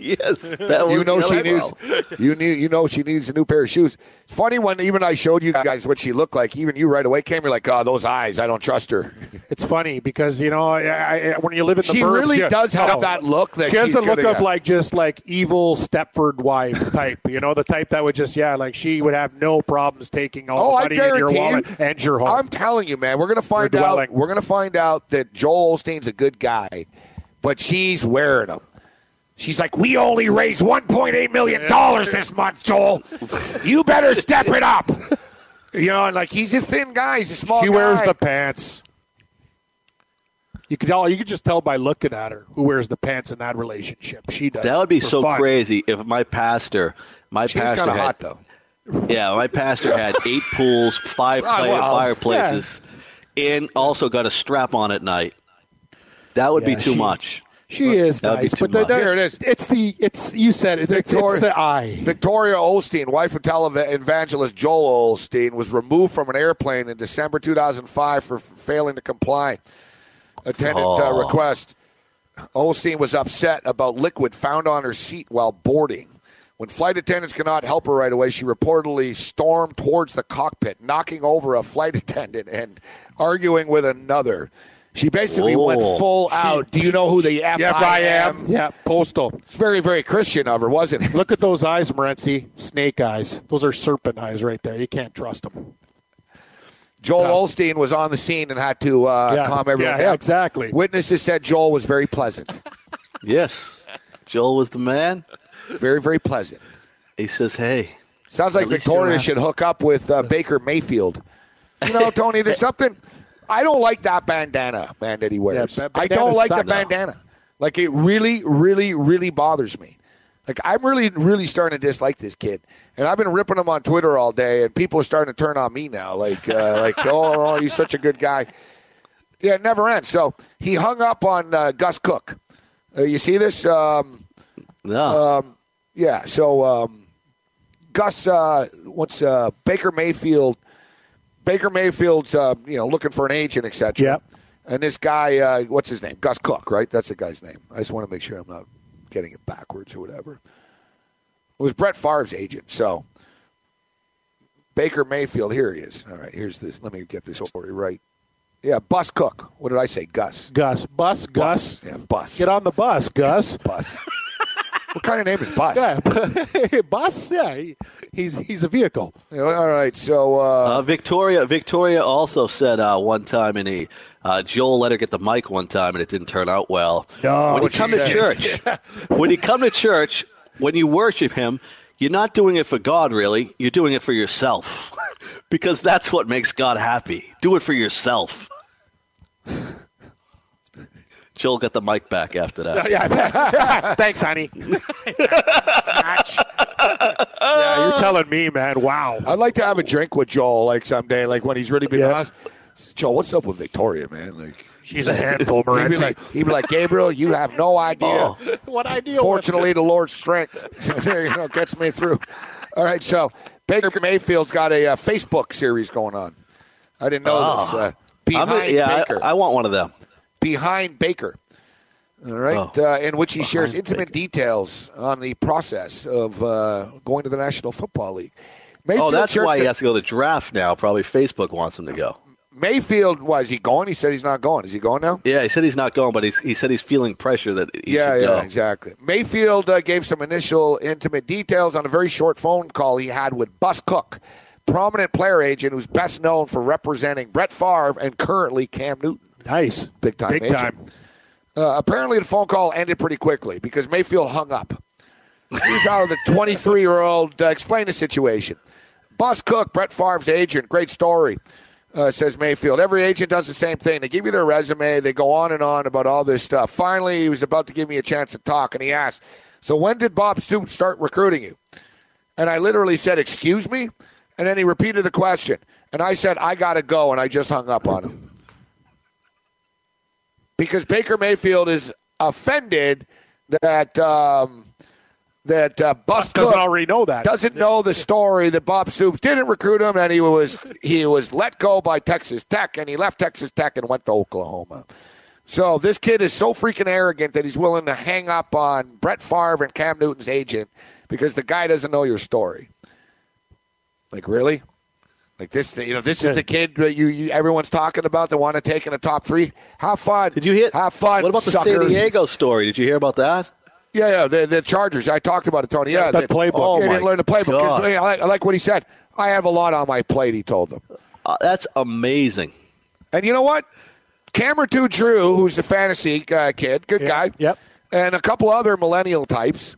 Speaker 5: Yes, that was
Speaker 2: You know
Speaker 5: the
Speaker 2: she
Speaker 5: other
Speaker 2: needs.
Speaker 5: problem.
Speaker 2: You need. You know she needs a new pair of shoes. It's funny when even I showed you guys what she looked like. Even you right away came. You're like, oh, those eyes. I don't trust her.
Speaker 3: It's funny because you know I, I, I- when you live in the
Speaker 2: She
Speaker 3: burbs,
Speaker 2: really
Speaker 3: you-
Speaker 2: does have that look that
Speaker 3: she has
Speaker 2: she's
Speaker 3: the look
Speaker 2: gonna
Speaker 3: of
Speaker 2: get.
Speaker 3: like just like evil Stepford wife [laughs] type. You know the type that would just yeah like she would have no problems taking all
Speaker 2: Oh,
Speaker 3: the
Speaker 2: I
Speaker 3: money in your
Speaker 2: guarantee
Speaker 3: wallet
Speaker 2: you.
Speaker 3: and your home.
Speaker 2: I'm telling you, man, we're gonna find
Speaker 3: Your dwelling.
Speaker 2: out. We're gonna find out that Joel Olstein's a good guy, but she's wearing them. She's like, we only raised 1.8 million dollars this month, Joel. You better step it
Speaker 3: [laughs]
Speaker 2: up. You know, and like he's a thin guy. He's a small.
Speaker 3: she wears
Speaker 2: guy.
Speaker 3: the pants. You could all you could just tell by looking at her who wears the pants in that relationship. She does.
Speaker 5: That would be
Speaker 3: for
Speaker 5: so
Speaker 3: fun.
Speaker 5: crazy if my pastor, my
Speaker 2: She's
Speaker 5: pastor
Speaker 2: kind of
Speaker 5: had,
Speaker 2: hot though.
Speaker 5: Yeah, my
Speaker 2: [laughs]
Speaker 5: pastor had eight pools, five
Speaker 2: Ah,
Speaker 5: play-
Speaker 2: well,
Speaker 5: fireplaces, and also got a strap on at night. That would
Speaker 3: Yeah,
Speaker 5: be too
Speaker 3: she-
Speaker 5: much.
Speaker 3: She is
Speaker 5: That would be
Speaker 3: nice,
Speaker 5: too
Speaker 3: but the,
Speaker 5: much.
Speaker 3: the,
Speaker 2: Here it is.
Speaker 3: It's the it's you said it. It's, it's
Speaker 2: Victoria-
Speaker 3: the eye.
Speaker 2: Victoria Olstein, wife of televangelist Joel Olstein, was removed from an airplane in December 2005 for f- failing to comply. Attendant uh,
Speaker 5: Oh.
Speaker 2: request. Olstein was upset about liquid found on her seat while boarding. When flight attendants could not help her right away, she reportedly stormed [laughs] towards the cockpit, knocking over a flight attendant and arguing with another. She basically went
Speaker 5: Whoa.
Speaker 2: full out. Do you know who the F,
Speaker 3: Yep, I am. Yeah, postal.
Speaker 2: It's very, very Christian of her, wasn't it?
Speaker 3: Look at those eyes, Morency. Snake eyes. Those are serpent eyes right there. You can't trust them.
Speaker 2: Joel Olstein was on the scene and had to uh,
Speaker 3: Yeah.
Speaker 2: calm everyone
Speaker 3: Yeah,
Speaker 2: down.
Speaker 3: exactly.
Speaker 2: Witnesses said Joel was very
Speaker 3: [laughs]
Speaker 2: pleasant.
Speaker 5: Yes. Joel was the man.
Speaker 2: very, very pleasant.
Speaker 5: He says, hey.
Speaker 2: Sounds like
Speaker 5: At least
Speaker 2: Victoria
Speaker 5: you're
Speaker 2: should hook up with uh, Baker Mayfield. You know, Tony,
Speaker 5: [laughs]
Speaker 2: there's something. I don't like that bandana, man, that he wears.
Speaker 3: Yeah, ba-
Speaker 2: I don't
Speaker 3: bandana's
Speaker 2: like the
Speaker 3: suck. No.
Speaker 2: bandana. Like, it really, really, really bothers me. Like, I'm really, really starting to dislike this kid. And I've been ripping him on Twitter all day, and people are starting to turn on me now. Like,
Speaker 5: [laughs]
Speaker 2: uh, like oh, oh, he's such a good guy. Yeah, it never ends. So he hung up on uh, Gus Cook. Uh, you see this? Um,
Speaker 5: No. uh,
Speaker 2: yeah. So um, Gus, uh, what's uh, Baker Mayfield? Baker Mayfield's uh, you know looking for an agent, etc.
Speaker 3: Yep.
Speaker 2: And this guy, uh, what's his name? Gus Cook, right? That's the guy's name. I just want to make sure I'm not getting it backwards or whatever. It was Brett Favre's agent. So Baker Mayfield, here he is. All right, here's this. Let me get this story right. Yeah, Bus Cook. What did I say? Gus.
Speaker 3: Gus. Bus, Gus.
Speaker 2: Yeah, Bus.
Speaker 3: Get on the bus, Gus.
Speaker 2: Bus. what kind of name is Bus?
Speaker 3: [laughs] Yeah. bus? Yeah. he- he's, he's a vehicle.
Speaker 2: Yeah, All right, so uh,
Speaker 5: Uh, Victoria Victoria also said uh, one time in a uh, Joel let her get the mic one time and it didn't turn out well.
Speaker 3: No,
Speaker 5: when you
Speaker 2: what'd
Speaker 5: come
Speaker 2: she
Speaker 5: to
Speaker 2: say? [laughs]
Speaker 5: church, when you come to church, when you worship Him, you're not doing it for God, really. You're doing it for yourself, [laughs] because that's what makes God happy. Do it for yourself. [laughs] Joel got the mic back after that.
Speaker 3: yeah. Thanks,
Speaker 2: [laughs]
Speaker 3: honey. Snatch. yeah, you're telling me, man. Wow.
Speaker 2: I'd like to have a drink with Joel like someday, like when he's really been
Speaker 3: Yeah.
Speaker 2: honest. Joel, what's up with Victoria, man?
Speaker 5: [laughs]
Speaker 2: Like
Speaker 3: She's
Speaker 2: [laughs]
Speaker 3: a handful,
Speaker 2: he'd be
Speaker 3: Morency.
Speaker 2: like, he'd be like, Gabriel, you have no
Speaker 5: [laughs]
Speaker 2: idea.
Speaker 5: Oh.
Speaker 3: what idea?
Speaker 2: Fortunately, the Lord's strength [laughs] you know, gets me through. All right, so Baker Mayfield's got a uh, Facebook series going on. I didn't know this. Uh,
Speaker 5: Ah. I'm
Speaker 2: [laughs] behind
Speaker 5: a- yeah,
Speaker 2: Baker,
Speaker 5: I, I want one of them.
Speaker 2: behind Baker. All right,
Speaker 5: Oh.
Speaker 2: uh, in which he shares
Speaker 5: Behind
Speaker 2: intimate details on the process of uh, going to the National Football League.
Speaker 5: Oh,
Speaker 2: Mayfield
Speaker 5: that's
Speaker 2: shared
Speaker 5: why he
Speaker 2: some-
Speaker 5: has to go to the draft now. Probably Facebook wants him to go.
Speaker 2: Mayfield, why is he going? He said he's not going. Is he going now?
Speaker 5: Yeah, he said he's not going, but he's, he said he's feeling pressure that he
Speaker 2: Yeah,
Speaker 5: should
Speaker 2: yeah,
Speaker 5: go.
Speaker 2: exactly. Mayfield uh, gave some initial intimate details on a very short phone call he had with Bus Cook, prominent player agent who's best known for representing Brett Favre and currently Cam Newton.
Speaker 3: Nice.
Speaker 2: Big time
Speaker 3: Big
Speaker 2: agent.
Speaker 3: time.
Speaker 2: Uh, apparently, the phone call ended pretty quickly because Mayfield hung up. Here's how the 23 year old uh, explained the situation. Bus Cook, Brett Favre's agent, great story, uh, says Mayfield. Every agent does the same thing. They give you their resume, they go on and on about all this stuff. Finally, he was about to give me a chance to talk, and he asked, So when did Bob Stoops start recruiting you? And I literally said, Excuse me? And then he repeated the question. And I said, I got to go. And I just hung up on him. Because Baker Mayfield is offended that um, that uh, Bus
Speaker 3: Bus doesn't
Speaker 2: Cook
Speaker 3: already know that.
Speaker 2: doesn't know the story that Bob Stoops didn't recruit him and he was he was let go by Texas Tech and he left Texas Tech and went to Oklahoma. So this kid is so freaking arrogant that he's willing to hang up on Brett Favre and Cam Newton's agent because the guy doesn't know your story. Like really? Like this, you know, this is the kid that you, you everyone's talking about that want to take in the top three. Have fun.
Speaker 5: Did you hit?
Speaker 2: Have fun.
Speaker 5: What about the
Speaker 2: suckers.
Speaker 5: San Diego story? Did you hear about that?
Speaker 2: Yeah, yeah, the, the Chargers. I talked about it, Tony. Yeah,
Speaker 3: The
Speaker 2: they- they
Speaker 3: playbook.
Speaker 5: Oh,
Speaker 2: didn't
Speaker 5: my
Speaker 2: learn the playbook. 'Cause
Speaker 5: God.
Speaker 2: I, like, I like what he said. I have a lot on my plate. He told them.
Speaker 5: Uh, that's amazing.
Speaker 2: And you know what? Cameron Two Drew, who's the fantasy uh, kid, good guy.
Speaker 3: yep.
Speaker 2: And a couple other millennial types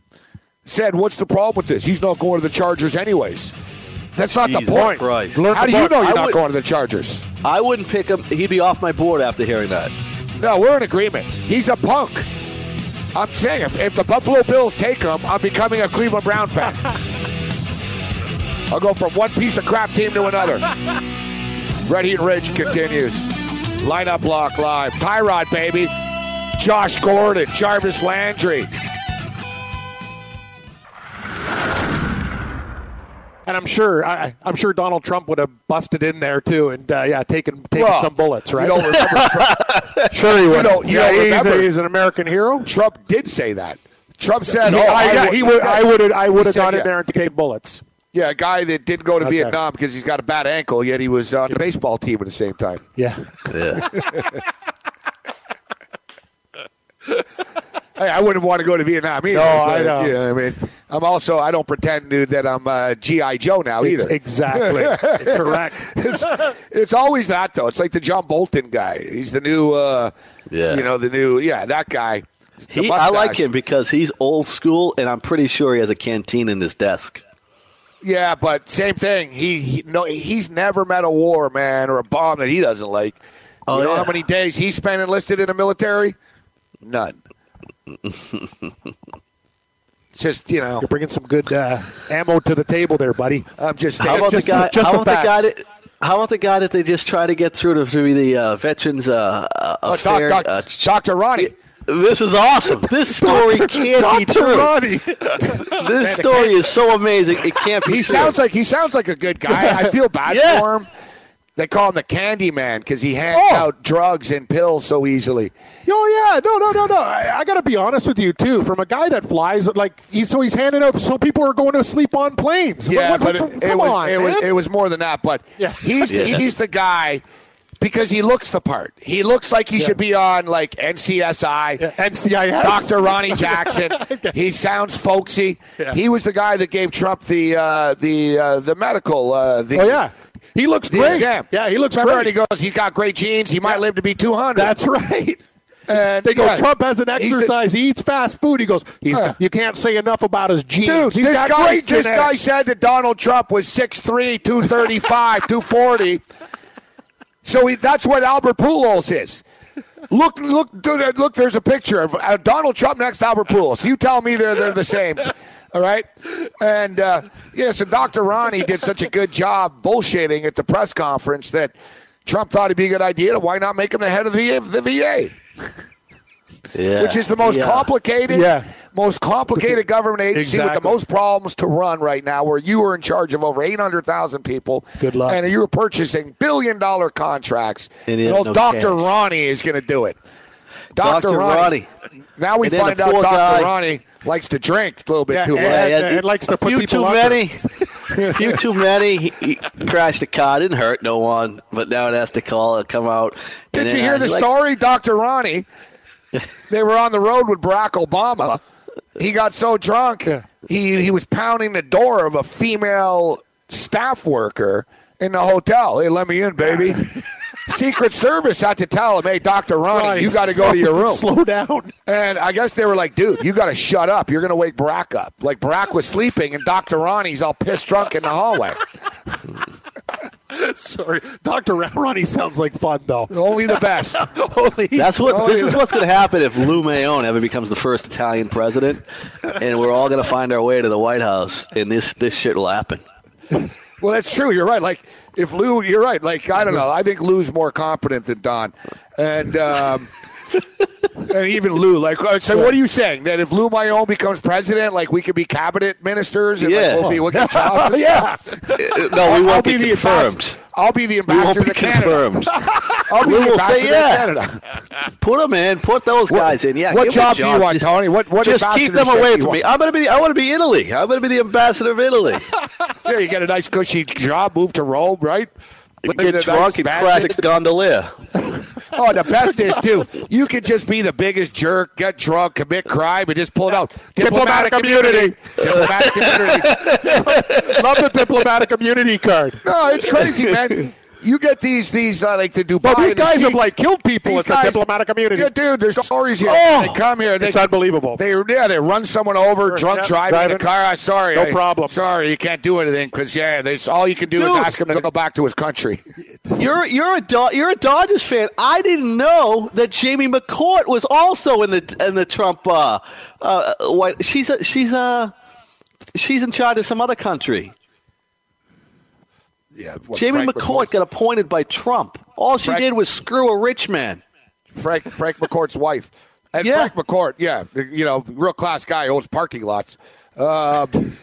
Speaker 2: said, "What's the problem with this? He's not going to the Chargers anyways." That's not the
Speaker 5: Jesus
Speaker 2: point.
Speaker 5: Christ.
Speaker 3: Learn
Speaker 2: How
Speaker 3: the
Speaker 2: do you
Speaker 3: book.
Speaker 2: know you're
Speaker 5: I
Speaker 2: not
Speaker 5: would-
Speaker 2: going to the Chargers?
Speaker 5: I wouldn't pick him. He'd be off my board after hearing that.
Speaker 2: No, we're in agreement. He's a punk. I'm saying if, if the Buffalo Bills take him, I'm becoming a Cleveland Brown
Speaker 3: [laughs]
Speaker 2: fan. I'll go from one piece of crap team to another. Red Heat Ridge continues. Lineup lock live. Tyrod, baby. Josh Gordon, Jarvis Landry.
Speaker 3: And I'm sure, I, I- I'm sure Donald Trump would have busted in there too, and uh, yeah, taken taken
Speaker 2: Well,
Speaker 3: some bullets, right?
Speaker 2: You don't remember Trump.
Speaker 3: [laughs] sure he would.
Speaker 2: don't- you
Speaker 3: yeah,
Speaker 2: don't
Speaker 3: he's,
Speaker 2: remember.
Speaker 3: a, he's an American hero.
Speaker 2: Trump did say that. Trump said,
Speaker 3: He-
Speaker 2: "Oh,
Speaker 3: I, yeah,
Speaker 2: would-
Speaker 3: he would. I would. I would
Speaker 2: He
Speaker 3: have
Speaker 2: said,
Speaker 3: gone
Speaker 2: yeah.
Speaker 3: in there and
Speaker 2: [laughs]
Speaker 3: taken bullets.
Speaker 2: Yeah, a guy that didn't go to
Speaker 3: Okay.
Speaker 2: Vietnam because he's got a bad ankle, yet he was on the baseball team at the same time.
Speaker 3: Yeah,
Speaker 2: I, I wouldn't want to go to Vietnam either.
Speaker 3: No, I
Speaker 2: but,
Speaker 3: know.
Speaker 2: Yeah, I mean, I'm also I don't pretend, dude, that I'm uh, GI Joe now either.
Speaker 3: Exactly. Correct.
Speaker 2: [laughs] it's, it's always that though. It's like the John Bolton guy. He's the new, uh,
Speaker 5: Yeah.
Speaker 2: you know, the new, yeah, that guy. The
Speaker 5: He, I like
Speaker 2: mustache.
Speaker 5: him because he's old school, and I'm pretty sure he has a canteen in his desk.
Speaker 2: Yeah, but same thing. He, he no, he's never met a war man or a bomb that he doesn't like.
Speaker 5: Oh,
Speaker 2: you know how
Speaker 5: yeah.
Speaker 2: many days he spent enlisted in the military?
Speaker 5: [laughs]
Speaker 2: None. It's Just you know,
Speaker 3: You're bringing some good uh, ammo to the table there, buddy.
Speaker 2: I'm just.
Speaker 5: How about
Speaker 3: Just-
Speaker 5: the guy?
Speaker 3: just
Speaker 5: how
Speaker 3: the
Speaker 5: about the guy?
Speaker 3: facts.
Speaker 5: That, how about the guy that they just try to get through to, to be the uh, veterans uh, uh,
Speaker 2: Oh, Doc-
Speaker 5: affair?
Speaker 2: Doc-
Speaker 5: uh, ch-
Speaker 2: Dr. Ronnie.
Speaker 5: this is awesome. This story can't be true. This story is so amazing. It can't be
Speaker 2: He
Speaker 5: true.
Speaker 2: sounds like he sounds like a good guy. I feel bad
Speaker 5: Yeah.
Speaker 2: for him. They call him the Candy Man because he hands
Speaker 3: Oh.
Speaker 2: out drugs and pills so easily.
Speaker 3: Oh yeah, no, no, no, no. I, I got to be honest with you too. From a guy that flies, like he's so he's handing out, so people are going to sleep on planes.
Speaker 2: Yeah,
Speaker 3: What-
Speaker 2: but
Speaker 3: what's-
Speaker 2: it,
Speaker 3: come
Speaker 2: it was,
Speaker 3: on,
Speaker 2: it, was,
Speaker 3: man.
Speaker 2: it was more than that. But
Speaker 3: Yeah.
Speaker 2: he's
Speaker 5: Yeah.
Speaker 2: he's the guy because he looks the part. He looks like he should be on like NCSI.
Speaker 3: Yeah, NCIS. [laughs]
Speaker 2: Dr. Ronnie Jackson. He sounds folksy.
Speaker 3: Yeah.
Speaker 2: He was the guy that gave Trump the uh, the uh, the medical. Uh, the,
Speaker 3: Oh yeah, he looks
Speaker 2: the
Speaker 3: great.
Speaker 2: exam.
Speaker 3: Yeah, he looks
Speaker 2: Remember, and
Speaker 3: great.
Speaker 2: he goes, he's got great genes. He might live to be two hundred.
Speaker 3: That's
Speaker 2: [laughs]
Speaker 3: right.
Speaker 2: and
Speaker 3: They go.
Speaker 2: yeah.
Speaker 3: Trump has an
Speaker 2: He's the-
Speaker 3: exercise. he eats fast food. He goes. He's,
Speaker 2: Yeah.
Speaker 3: You can't say enough about his genes.
Speaker 2: Dude,
Speaker 3: He's
Speaker 2: this
Speaker 3: got
Speaker 2: guy,
Speaker 3: great
Speaker 2: this guy
Speaker 3: genetics.
Speaker 2: said that Donald Trump was 6'3",
Speaker 3: [laughs]
Speaker 2: 235, 240. So he, that's what Albert Pujols is. Look, look, dude, uh, look, there's a picture of uh, Donald Trump next to Albert Pujols. You tell me they're, they're the same. [laughs] All right? And, uh, yeah, so Dr. Ronnie did such a good job bullshitting at the press conference that Trump thought it'd be a good idea to why not make him the head of the, the VA?
Speaker 5: Yeah.
Speaker 2: which is the most
Speaker 5: Yeah.
Speaker 2: complicated,
Speaker 3: Yeah.
Speaker 2: most complicated government agency with the
Speaker 3: Exactly.
Speaker 2: most problems to run right now. Where you were in charge of over eight hundred thousand people,
Speaker 3: Good luck.
Speaker 2: and you were purchasing billion dollar contracts.
Speaker 5: And you
Speaker 2: You
Speaker 5: have
Speaker 2: know,
Speaker 5: no
Speaker 2: Doctor
Speaker 5: cash.
Speaker 2: Ronnie is going to do it.
Speaker 5: Dr. Ronnie.
Speaker 2: Now we
Speaker 5: And then
Speaker 2: find
Speaker 5: the
Speaker 2: out
Speaker 5: poor
Speaker 2: Doctor
Speaker 5: guy-
Speaker 2: Ronnie likes to drink a little bit
Speaker 3: Yeah,
Speaker 2: too much.
Speaker 3: and-
Speaker 5: Yeah, yeah.
Speaker 3: It likes to put
Speaker 5: few
Speaker 3: people
Speaker 5: too
Speaker 3: under.
Speaker 5: many. [laughs] few too many. He, he crashed a car. Didn't hurt no one, but now it has to call and come out. And
Speaker 2: Did you
Speaker 5: then,
Speaker 2: hear
Speaker 5: uh,
Speaker 2: the
Speaker 5: like-
Speaker 2: story, Dr.
Speaker 5: [laughs]
Speaker 2: Ronnie? They were on the road with Barack Obama. He got so drunk,
Speaker 3: Yeah.
Speaker 2: he, he was pounding the door of a female staff worker in the hotel. Hey, let me in,
Speaker 5: [laughs]
Speaker 2: baby. Secret Service had to tell him, hey, Dr. Ronnie,
Speaker 3: Ronnie,
Speaker 2: you got to go to your
Speaker 5: [laughs]
Speaker 2: room.
Speaker 3: [laughs] Slow down. [laughs]
Speaker 2: And I guess they were like, dude, you got to shut up. You're going to wake Barack up. Like, Barack was sleeping, and Dr. Ronnie's all pissed drunk in the
Speaker 5: [laughs]
Speaker 2: hallway.
Speaker 3: Sorry, Doctor Ronnie sounds like fun though.
Speaker 2: Only the
Speaker 5: [laughs]
Speaker 2: best.
Speaker 3: Holy
Speaker 5: That's what.
Speaker 2: Oh,
Speaker 5: this
Speaker 2: yeah.
Speaker 5: is what's going to happen if Lou Mayone ever becomes the first Italian president, and we're all going to find our way to the White House, and this this shit will happen.
Speaker 2: Well, that's true. You're right. Like if Lou, you're right. Like I don't know. I think Lou's more competent than Don, and um, [laughs] and even Lou. Like uh, so, what are you saying that if Lou Myone becomes president, like we could be cabinet ministers and
Speaker 5: Yeah.
Speaker 2: like, we'll be we'll get jobs?
Speaker 5: [laughs]
Speaker 2: and
Speaker 3: yeah.
Speaker 5: Uh, no, we
Speaker 2: I'll
Speaker 5: won't
Speaker 2: be
Speaker 5: be
Speaker 2: the
Speaker 5: confirmed.
Speaker 2: ambassador. I'll be the
Speaker 5: We won't
Speaker 2: ambassador
Speaker 5: be
Speaker 2: to Canada.
Speaker 5: confirmed.
Speaker 2: I'll be
Speaker 5: Lou
Speaker 2: the
Speaker 5: will
Speaker 2: ambassador
Speaker 5: say,
Speaker 2: to
Speaker 5: "Yeah."
Speaker 2: Canada.
Speaker 5: Put them in. Put those guys in. Yeah.
Speaker 2: what
Speaker 5: give 'em
Speaker 2: job
Speaker 5: a
Speaker 2: do you want,
Speaker 5: Just-
Speaker 2: Tony? What what
Speaker 5: Just keep them
Speaker 2: ambassadorship
Speaker 5: away
Speaker 2: do you
Speaker 5: from
Speaker 2: want?
Speaker 5: me. I'm gonna be. I want to be Italy. I'm gonna be the ambassador
Speaker 2: [laughs]
Speaker 5: of Italy.
Speaker 2: Yeah, you get a nice cushy job, move to Rome, right? Live in a
Speaker 5: Get
Speaker 2: nice
Speaker 5: drunk and
Speaker 2: mansion.
Speaker 5: crash a gondolier.
Speaker 2: Oh, the best is too. You could just be the biggest jerk, get drunk, commit crime, and just pull it out.
Speaker 3: Diplomatic immunity.
Speaker 2: diplomatic immunity.
Speaker 3: Love the diplomatic immunity card.
Speaker 2: No, it's crazy, man. You get these these uh, like the Dubai.
Speaker 3: But Oh, these
Speaker 2: and the
Speaker 3: guys have
Speaker 2: Sikhs.
Speaker 3: like killed people
Speaker 2: These
Speaker 3: at the
Speaker 2: guys-
Speaker 3: diplomatic immunity.
Speaker 2: Yeah, dude. There's stories here.
Speaker 3: Oh,
Speaker 2: they come here. They,
Speaker 3: it's unbelievable.
Speaker 2: They yeah, they run someone over, drunk
Speaker 3: yeah,
Speaker 2: driving, in
Speaker 3: driving.
Speaker 2: a car. I sorry,
Speaker 3: No
Speaker 2: I-
Speaker 3: problem.
Speaker 2: Sorry, you can't do anything because yeah, there's all you can do is
Speaker 5: Dude.
Speaker 2: ask him to go back to his country.
Speaker 5: You're you're a Do- you're a Dodgers fan. I didn't know that Jamie McCourt was also in the in the Trump. Uh, uh, white. She's a, she's a, she's in charge of some other country.
Speaker 2: Yeah, what,
Speaker 5: Jamie
Speaker 2: Frank
Speaker 5: McCourt got appointed by Trump. All she
Speaker 2: Frank-
Speaker 5: did was screw a rich man.
Speaker 2: Frank Frank McCourt's wife. And
Speaker 5: Yeah.
Speaker 2: Frank McCourt, yeah, you know, real class guy, owns parking lots. Um,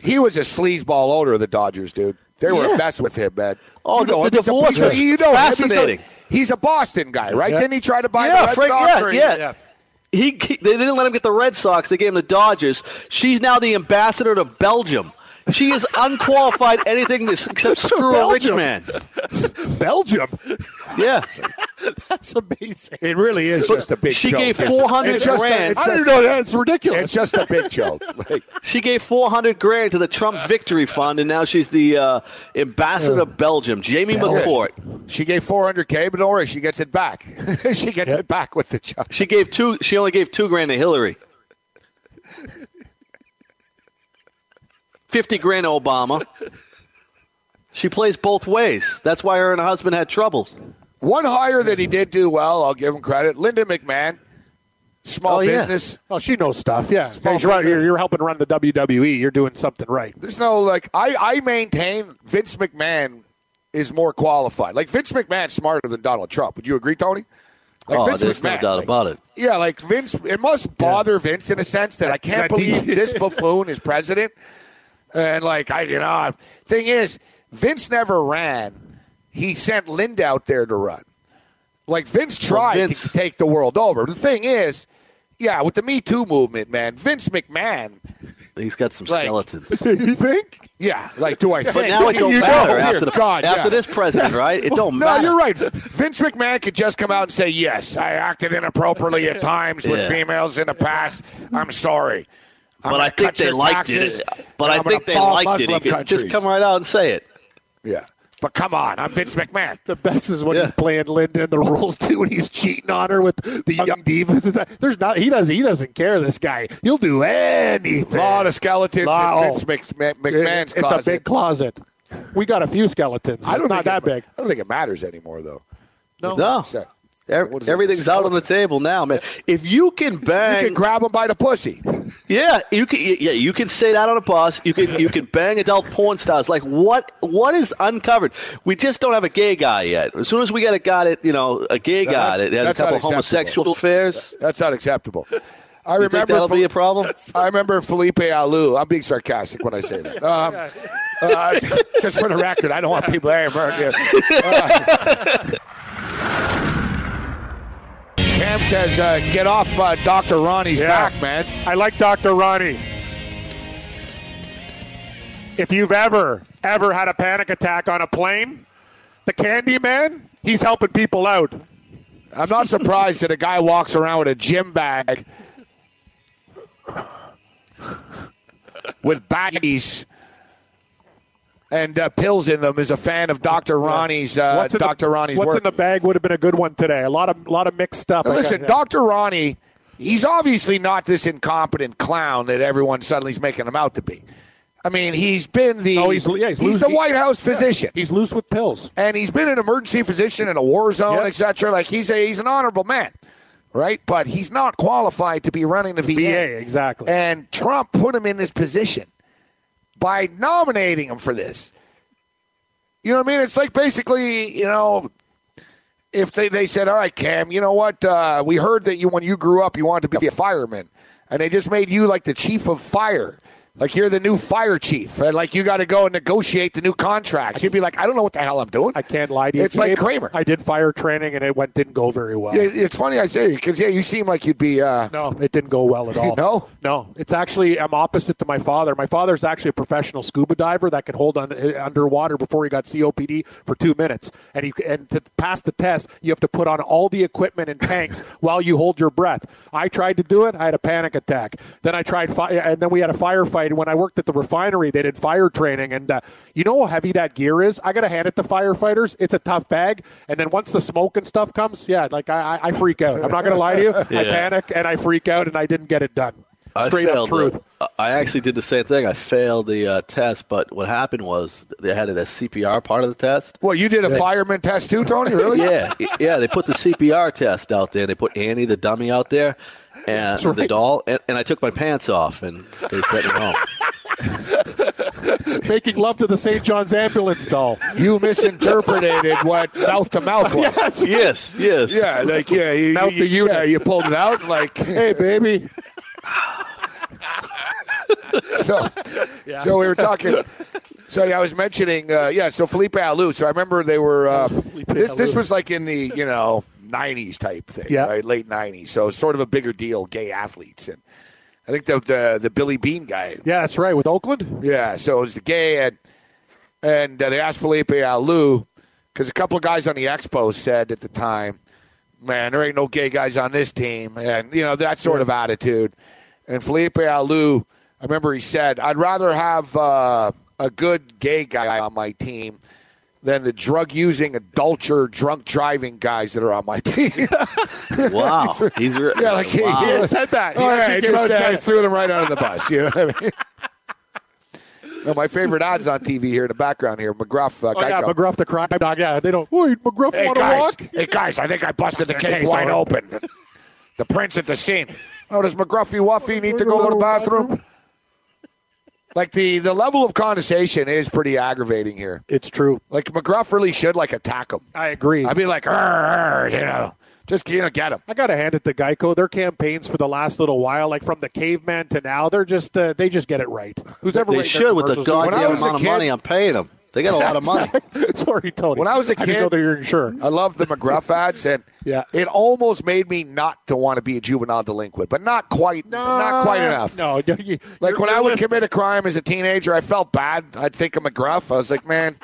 Speaker 2: he was a sleazeball owner of the Dodgers, dude. They were
Speaker 5: Yeah.
Speaker 2: obsessed with him, man.
Speaker 5: Oh, the-
Speaker 2: know
Speaker 5: the
Speaker 2: him. He's a-
Speaker 5: divorce
Speaker 2: he's a-
Speaker 5: was
Speaker 2: you know him. He's a-
Speaker 5: fascinating.
Speaker 2: He's a Boston guy, right?
Speaker 3: Yeah.
Speaker 2: Didn't he try to buy the
Speaker 5: yeah,
Speaker 2: Red
Speaker 5: Frank.
Speaker 2: Sox?
Speaker 5: Yeah,
Speaker 2: or he-
Speaker 5: yeah.
Speaker 3: yeah.
Speaker 5: He, he they didn't let him get the Red Sox. They gave him the Dodgers. She's now the ambassador to Belgium. She is
Speaker 2: [laughs]
Speaker 5: unqualified anything except screw a rich
Speaker 3: Belgium.
Speaker 5: man.
Speaker 3: Belgium.
Speaker 5: Yeah.
Speaker 3: That's amazing.
Speaker 2: It really is just a big
Speaker 5: She
Speaker 2: joke.
Speaker 5: gave
Speaker 2: It's-
Speaker 5: 400
Speaker 2: it's just a-
Speaker 5: grand.
Speaker 2: it's
Speaker 3: I didn't
Speaker 2: just-
Speaker 3: know that. It's ridiculous.
Speaker 2: It's just a big joke. Like,
Speaker 5: She gave 400 grand to the Trump Victory Fund, and now she's the uh, ambassador of Belgium, Jamie McCourt.
Speaker 2: she gave 400K, but don't worry, she gets it back. [laughs] she gets it back with the joke.
Speaker 5: She gave two. She only gave two grand to Hillary. Fifty grand to Obama. She plays both ways. That's why her and her husband had troubles.
Speaker 2: One hire that he
Speaker 5: Mm-hmm.
Speaker 2: did do well, I'll give him credit. Linda McMahon, small
Speaker 5: Oh, yeah.
Speaker 2: business.
Speaker 3: Oh, she knows stuff. Yeah,
Speaker 2: Small
Speaker 3: Hey, you're, out
Speaker 2: business.
Speaker 3: here- you're helping run the WWE. You're doing something right.
Speaker 2: There's no like I, I maintain Vince McMahon is more qualified. Like Vince McMahon's smarter than Donald Trump. Would you agree, Tony? Like
Speaker 5: oh, there's no doubt
Speaker 2: like-
Speaker 5: about it.
Speaker 2: Yeah, like Vince, it must bother Vince in a sense that I can't
Speaker 3: That
Speaker 2: believe
Speaker 3: he-
Speaker 2: this buffoon is president. And like I, you know, thing is, Vince never ran. He sent Linda out there to run. Like Vince tried
Speaker 5: Vince-
Speaker 2: to take the world over. The thing is, yeah, with the Me Too movement, man, Vince McMahon.
Speaker 5: He's got some
Speaker 2: Like- [laughs]
Speaker 5: skeletons.
Speaker 3: you think?
Speaker 2: Yeah, like do I?
Speaker 5: But
Speaker 2: think?
Speaker 5: now it don't
Speaker 2: You know,
Speaker 5: matter after,
Speaker 2: dear
Speaker 5: the,
Speaker 2: God,
Speaker 5: after
Speaker 2: yeah. [laughs]
Speaker 5: this president, right? It don't
Speaker 2: No,
Speaker 5: matter.
Speaker 2: you're right. Vince McMahon could just come out and say, "Yes, I acted inappropriately at times with
Speaker 5: Yeah.
Speaker 2: females in the past. I'm sorry." I'm
Speaker 5: But
Speaker 2: gonna
Speaker 5: I think
Speaker 2: cut
Speaker 5: they
Speaker 2: your
Speaker 5: liked
Speaker 2: taxes,
Speaker 5: it. But
Speaker 2: and
Speaker 5: I
Speaker 2: I'm
Speaker 5: think they
Speaker 2: gonna bomb
Speaker 5: liked it. He
Speaker 2: Muslim
Speaker 5: could just
Speaker 2: countries."
Speaker 5: come right out and say it.
Speaker 2: Yeah, but come on, I'm Vince McMahon.
Speaker 3: The best is when
Speaker 5: Yeah.
Speaker 3: he's playing Linda in the roles too, when he's cheating on her with the
Speaker 2: Uh,
Speaker 3: young divas. Is that- There's not. He doesn't. He doesn't care. This guy. He'll do anything.
Speaker 2: A lot of skeletons
Speaker 3: Wow.
Speaker 2: in Vince Mc- Mc- McMahon's
Speaker 3: It- it's
Speaker 2: closet.
Speaker 3: a big closet. We got a few skeletons.
Speaker 2: I don't think
Speaker 3: not that
Speaker 2: it,
Speaker 3: big.
Speaker 2: I don't think it matters anymore, though.
Speaker 5: No.
Speaker 2: So,
Speaker 5: Ev-
Speaker 2: What is it?
Speaker 5: Everything's out on the table now, man. If you can
Speaker 2: you
Speaker 5: bang,
Speaker 2: can grab him by the pussy.
Speaker 5: yeah, you can. Yeah, you can say that on a bus. You can. You can bang adult porn stars. Like what? What is uncovered? We just don't have a gay guy yet. As soon as we got a guy that you know a gay
Speaker 2: No,
Speaker 5: guy
Speaker 2: that's-
Speaker 5: that has a
Speaker 2: that's
Speaker 5: couple
Speaker 2: unacceptable.
Speaker 5: homosexual affairs,
Speaker 2: That's unacceptable. I
Speaker 5: you think
Speaker 2: remember
Speaker 5: that'll
Speaker 2: Fel-
Speaker 5: be
Speaker 2: [laughs]
Speaker 5: a problem?
Speaker 2: I remember Felipe Alou. I'm being sarcastic when I say
Speaker 3: [laughs]
Speaker 2: that. Um, uh, [laughs] just for the record, I don't want people to burn you. Uh, Cam says, uh, "Get off uh, Dr. Ronnie's
Speaker 3: Yeah.
Speaker 2: back, man."
Speaker 3: I like Dr. Ronnie. If you've ever, ever had a panic attack on a plane, the candy man, he's helping people out.
Speaker 2: Uh, I'm not surprised that a guy walks around with a gym bag with baggies and uh, pills in them is a fan of Dr. Ronnie's uh,
Speaker 3: in the-
Speaker 2: Dr. Ronnie's
Speaker 3: what's
Speaker 2: work.
Speaker 3: in the bag would have been a good one today. A lot of lot of mixed stuff. I
Speaker 2: Now,
Speaker 3: got
Speaker 2: listen,
Speaker 3: here.
Speaker 2: Dr. Ronnie, he's obviously not this incompetent clown that everyone suddenly is making him out to be. I mean, he's been the
Speaker 3: No, Oh, he's- yeah, he's
Speaker 2: the
Speaker 3: losing-
Speaker 2: White House physician,
Speaker 3: he's loose with pills.
Speaker 2: and he's been an emergency physician in a war zone,
Speaker 3: Yep.
Speaker 2: et cetera. Like he's a he's an honorable man, right? But he's not qualified to be running the VA.
Speaker 3: VA, exactly.
Speaker 2: And Trump put him in this position by nominating him for this. You know what I mean? It's like basically, you know, if they, they said, all right, Cam, you know what? Uh, we heard that you when you grew up, you wanted to be a fireman. And they just made you like the chief of fire. Like you're the new fire chief. And like you got to go and negotiate the new contracts. You'd be like, I don't know what the hell I'm doing.
Speaker 3: I can't lie to you.
Speaker 2: It's like
Speaker 3: Gabe,
Speaker 2: Kramer.
Speaker 3: I did fire training and it went didn't go very well.
Speaker 2: Yeah, it's funny I say it because, yeah, you seem like you'd be. Uh,
Speaker 3: No, it didn't
Speaker 2: [laughs]
Speaker 3: go well at all.
Speaker 2: No?
Speaker 3: no. It's actually I'm opposite to my father. My father's actually a professional scuba diver that could hold on uh, underwater before he got COPD for two minutes, and he and to pass the test, you have to put on all the equipment and tanks [laughs] while you hold your breath. I tried to do it. I had a panic attack. Then I tried, fi- and then we had a firefight. When I worked at the refinery, they did fire training, and uh, you know how heavy that gear is. I got to hand it to firefighters. It's a tough bag. And then once the smoke and stuff comes, yeah, like I, I I freak out. I'm not gonna lie to you. I
Speaker 5: Yeah.
Speaker 3: panic and I freak out and I didn't get it done. Straight
Speaker 5: I
Speaker 3: up
Speaker 5: failed
Speaker 3: truth.
Speaker 5: it. I- I actually did the same thing. I failed the uh, test, but what happened was they had a CPR part of the test.
Speaker 2: well, you did a fireman test too, Tony?
Speaker 3: [laughs]
Speaker 2: Really?
Speaker 5: yeah, yeah. They put the CPR test out there. They put Annie the dummy out there, and the doll. And, and I took my pants off, and they sent me home.
Speaker 3: [laughs] Making love to the St. John's ambulance doll.
Speaker 2: You misinterpreted what mouth to mouth was.
Speaker 5: yes, yes.
Speaker 2: Yeah, like yeah, you,
Speaker 3: Mouth
Speaker 2: you,
Speaker 3: the unit.
Speaker 2: yeah, you pulled it out, like hey, baby. [laughs] so, so we were talking. So yeah, I was mentioning, uh, yeah. So Felipe Alou. So I remember they were. Uh, this, this
Speaker 3: Alou.
Speaker 2: was like in the you know '90s type thing,
Speaker 3: Yeah.
Speaker 2: right? Late '90s. So it's sort of a bigger deal, gay athletes, and I think the the, the Billy Bean guy
Speaker 3: Yeah, that's right. With Oakland?
Speaker 2: yeah, so it was the gay and and uh, they asked Felipe Alou because a couple of guys on the expo said at the time man, there ain't no gay guys on this team, and you know that sort of attitude. And Felipe Alou, I remember he said, "I'd rather have uh, a good gay guy on my team." Than the drug using, adulterer, drunk driving guys that are on my [laughs] team. [laughs]
Speaker 5: Wow. He's re-
Speaker 2: yeah, like he,
Speaker 5: wow.
Speaker 2: he
Speaker 3: just said that. He
Speaker 2: All right,
Speaker 3: actually
Speaker 2: he
Speaker 3: came
Speaker 2: just
Speaker 3: out and
Speaker 2: said
Speaker 3: said
Speaker 2: it,
Speaker 3: it.
Speaker 2: threw them right under the bus. You know what I mean? [laughs] No, my favorite odds on TV here in the background here, McGruff. Uh,
Speaker 3: Oh, yeah,
Speaker 2: Geico.
Speaker 3: McGruff the crime dog. Yeah, they don't. Wait, McGruff
Speaker 2: Hey
Speaker 3: want to
Speaker 2: guys,
Speaker 3: walk?
Speaker 2: hey guys, I think I busted the case
Speaker 3: case
Speaker 2: wide
Speaker 3: over.
Speaker 2: open. The prince at the scene. Oh, does McGruffy Wuffy need to go to the bathroom? Like the the level of condensation is pretty aggravating here.
Speaker 3: It's true.
Speaker 2: Like McGruff really should like attack him.
Speaker 3: I agree.
Speaker 2: I'd be like, "Arr, arr," you know, just you know, get him.
Speaker 3: I gotta hand it to Geico. Their campaigns for the last little while, like from the caveman to now, they're just uh, they just get it right. Who's ever
Speaker 5: They should with the
Speaker 2: When I
Speaker 5: goddamn
Speaker 2: was a
Speaker 5: amount of
Speaker 2: kid-
Speaker 5: money I'm paying them. They got a lot of money.
Speaker 3: [laughs] Sorry, Tony.
Speaker 2: When I was a
Speaker 3: I didn't
Speaker 2: kid-
Speaker 3: know they were insured.
Speaker 2: I love the
Speaker 3: [laughs]
Speaker 2: McGruff ads, and
Speaker 3: Yeah.
Speaker 2: it almost made me not to want to be a juvenile delinquent, but not quite, not quite enough.
Speaker 3: No, no you,
Speaker 2: Like
Speaker 3: you're-
Speaker 2: when
Speaker 3: you're
Speaker 2: I would
Speaker 3: listening.
Speaker 2: commit a crime as a teenager, I felt bad. I'd think of McGruff. I was like, man,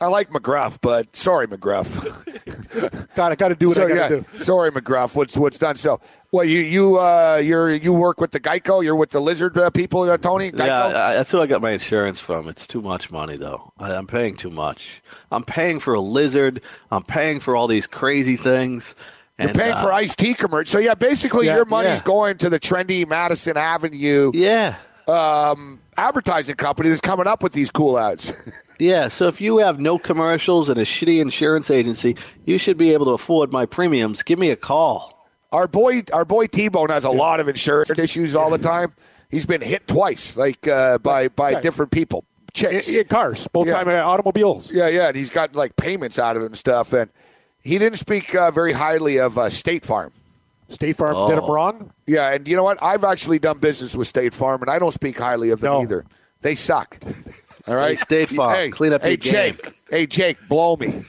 Speaker 2: I like McGruff, but sorry, McGruff.
Speaker 3: God, I got to do [laughs] what
Speaker 2: so
Speaker 3: I got
Speaker 2: yeah,
Speaker 3: to do.
Speaker 2: sorry, McGruff. What's what's done? So, well, you you uh, you're you work with the Geico. You're with the lizard uh, people, uh, Tony. Geico?
Speaker 5: Yeah, I, that's who I got my insurance from. It's too much money, though. I, I'm paying too much. I'm paying for a lizard. I'm paying for all these crazy things.
Speaker 2: You're
Speaker 5: and,
Speaker 2: paying
Speaker 5: uh,
Speaker 2: for iced tea commercial. So yeah, basically,
Speaker 3: Yeah,
Speaker 2: your money's
Speaker 5: yeah.
Speaker 2: going to the trendy Madison Avenue
Speaker 5: Yeah,
Speaker 2: um, advertising company that's coming up with these cool ads.
Speaker 5: yeah. So if you have no commercials and a shitty insurance agency, you should be able to afford my premiums. Give me a call.
Speaker 2: Our boy, our boy T Bone has a lot of insurance issues all the time. He's been hit twice, like uh, by by different people,
Speaker 3: In,
Speaker 2: chicks.
Speaker 3: in Eh, cars, both
Speaker 2: Yeah.
Speaker 3: time uh, automobiles.
Speaker 2: yeah, yeah, and he's got like payments out of it and stuff. And he didn't speak uh, very highly of uh, State Farm.
Speaker 3: State Farm did them wrong.
Speaker 2: Yeah, and you know what? I've actually done business with State Farm, and I don't speak highly of them
Speaker 3: No.
Speaker 2: either. They suck. All right,
Speaker 5: State Farm,
Speaker 2: Hey,
Speaker 5: clean up
Speaker 2: hey,
Speaker 5: your game.
Speaker 2: Jake. Hey, Jake, blow me.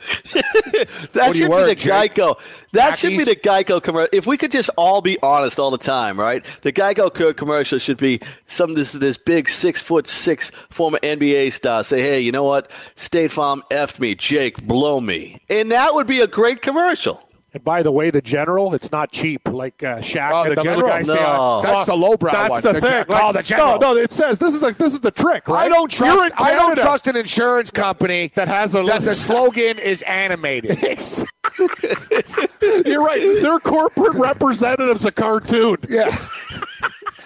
Speaker 5: That
Speaker 2: What do you
Speaker 5: should
Speaker 2: wear,
Speaker 5: be the
Speaker 2: Jake?
Speaker 5: Geico. That should be
Speaker 2: Khakis?
Speaker 5: the Geico commercial. If we could just all be honest all the time, right? The Geico co- commercial should be some this this big six foot six former NBA star say, "Hey, you know what? State Farm effed me, Jake, blow me," and that would be a great commercial.
Speaker 3: And by the way, the general, it's not cheap. Like uh, Shaq
Speaker 2: Oh,
Speaker 3: and
Speaker 2: the
Speaker 3: the,
Speaker 2: general?
Speaker 3: other guy say,
Speaker 5: No.
Speaker 3: uh,
Speaker 2: That's
Speaker 3: oh,
Speaker 2: the lowbrow
Speaker 3: That's
Speaker 2: one.
Speaker 3: the,
Speaker 2: The
Speaker 3: thing.
Speaker 2: gen- oh, the general.
Speaker 3: No, no, it says this is like this is the trick, right?
Speaker 2: I don't
Speaker 3: You're in
Speaker 2: trust. I don't
Speaker 3: Canada.
Speaker 2: trust an insurance company
Speaker 3: That has a-
Speaker 2: that the slogan is animated. [laughs]
Speaker 3: You're right. Their corporate representative's a cartoon.
Speaker 2: Yeah.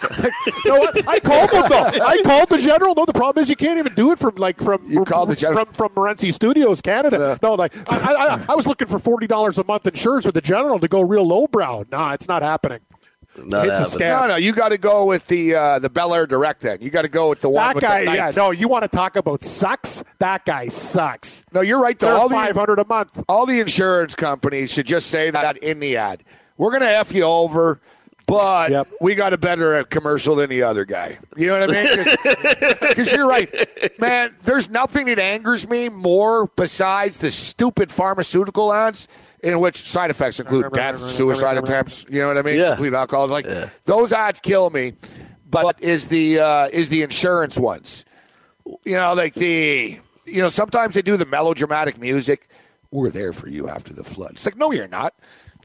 Speaker 3: You know what? I called them though. I called the general. No, the problem is you can't even do it from like from
Speaker 2: You called the general.
Speaker 3: from from Morency Studios, Canada. No, like I, I- I, I was looking for forty dollars a month insurance with the general to go real lowbrow. Nah, it's not happening.
Speaker 5: Not
Speaker 3: it's
Speaker 5: happening.
Speaker 3: a scam.
Speaker 2: No, no, you got to go with the uh, the Bel Air direct. Then you got to go with the one.
Speaker 3: That
Speaker 2: with the
Speaker 3: guy,
Speaker 2: knife.
Speaker 3: yeah, no. You want to talk about sucks? That guy sucks.
Speaker 2: No, you're right.
Speaker 3: They're
Speaker 2: Though all
Speaker 3: five
Speaker 2: the
Speaker 3: hundred a month.
Speaker 2: all the insurance companies should just say that in the ad. We're gonna f you over, but
Speaker 3: Yep.
Speaker 2: we got a better uh, commercial than the other guy. You know what I mean? Because you're right, man. There's nothing that angers me more besides the stupid pharmaceutical ads. In which side effects include death, suicide attempts. You know what I mean?
Speaker 5: Yeah.
Speaker 2: Complete alcoholism. Like those ads kill me. But is the uh, is the insurance ones? you know, like the you know, sometimes they do the melodramatic music. We're there for you after the flood. It's like, no, you're not.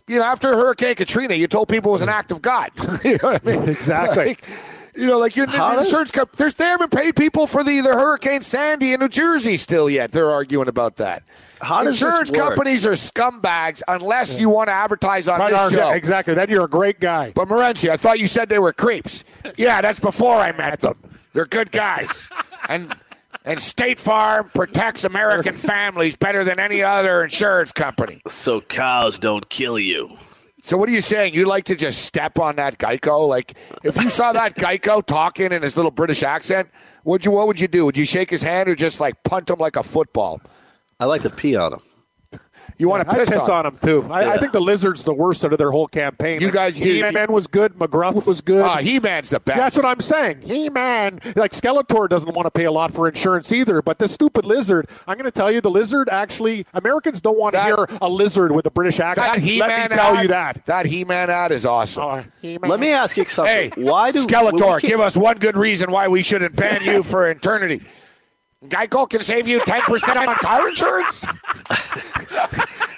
Speaker 2: You know, after Hurricane Katrina, you told people it was an act of God. [laughs] you know what I mean?
Speaker 3: Exactly.
Speaker 2: Like, you know, like your
Speaker 5: How does-
Speaker 2: insurance company, there's, they haven't paid people for the, the Hurricane Sandy in New Jersey still yet. They're arguing about that.
Speaker 5: How does this
Speaker 2: insurance
Speaker 5: work?
Speaker 2: companies are scumbags unless you want to advertise on
Speaker 3: Right
Speaker 2: this
Speaker 3: on,
Speaker 2: show.
Speaker 3: yeah, exactly. Then you're a great guy.
Speaker 2: But Morenci, I thought you said they were creeps. Yeah, that's before I met them. They're good guys. and and State Farm protects American families better than any other insurance company.
Speaker 5: So cows don't kill you.
Speaker 2: So what are you saying? You like to just step on that Geico? Like if you saw that Geico talking in his little British accent, would you what would you do? Would you shake his hand or just like punt him like a football?
Speaker 5: I like to pee on them.
Speaker 2: You want to
Speaker 3: I
Speaker 2: piss,
Speaker 3: piss
Speaker 2: on
Speaker 3: on him too. I, I think the lizard's the worst out of their whole campaign.
Speaker 2: You
Speaker 3: Like,
Speaker 2: guys- you-
Speaker 3: He-Man was good. McGruff was good.
Speaker 2: Ah, he man's the best.
Speaker 3: That's what I'm saying. He man, like Skeletor doesn't want to pay a lot for insurance either. But this stupid lizard, I'm going to tell you, the lizard actually Americans don't want
Speaker 2: That-
Speaker 3: to hear a lizard with a British
Speaker 2: that
Speaker 3: accent.
Speaker 2: he
Speaker 3: Let
Speaker 2: man
Speaker 3: me tell
Speaker 2: ad,
Speaker 3: you that.
Speaker 2: That he man ad is awesome.
Speaker 3: Oh, He-Man.
Speaker 5: Let me ask you
Speaker 2: Hey,
Speaker 5: something. Why do
Speaker 2: Skeletor
Speaker 5: we keep-
Speaker 2: give us one good reason why we shouldn't ban you for eternity? Geico can save you ten percent on car insurance.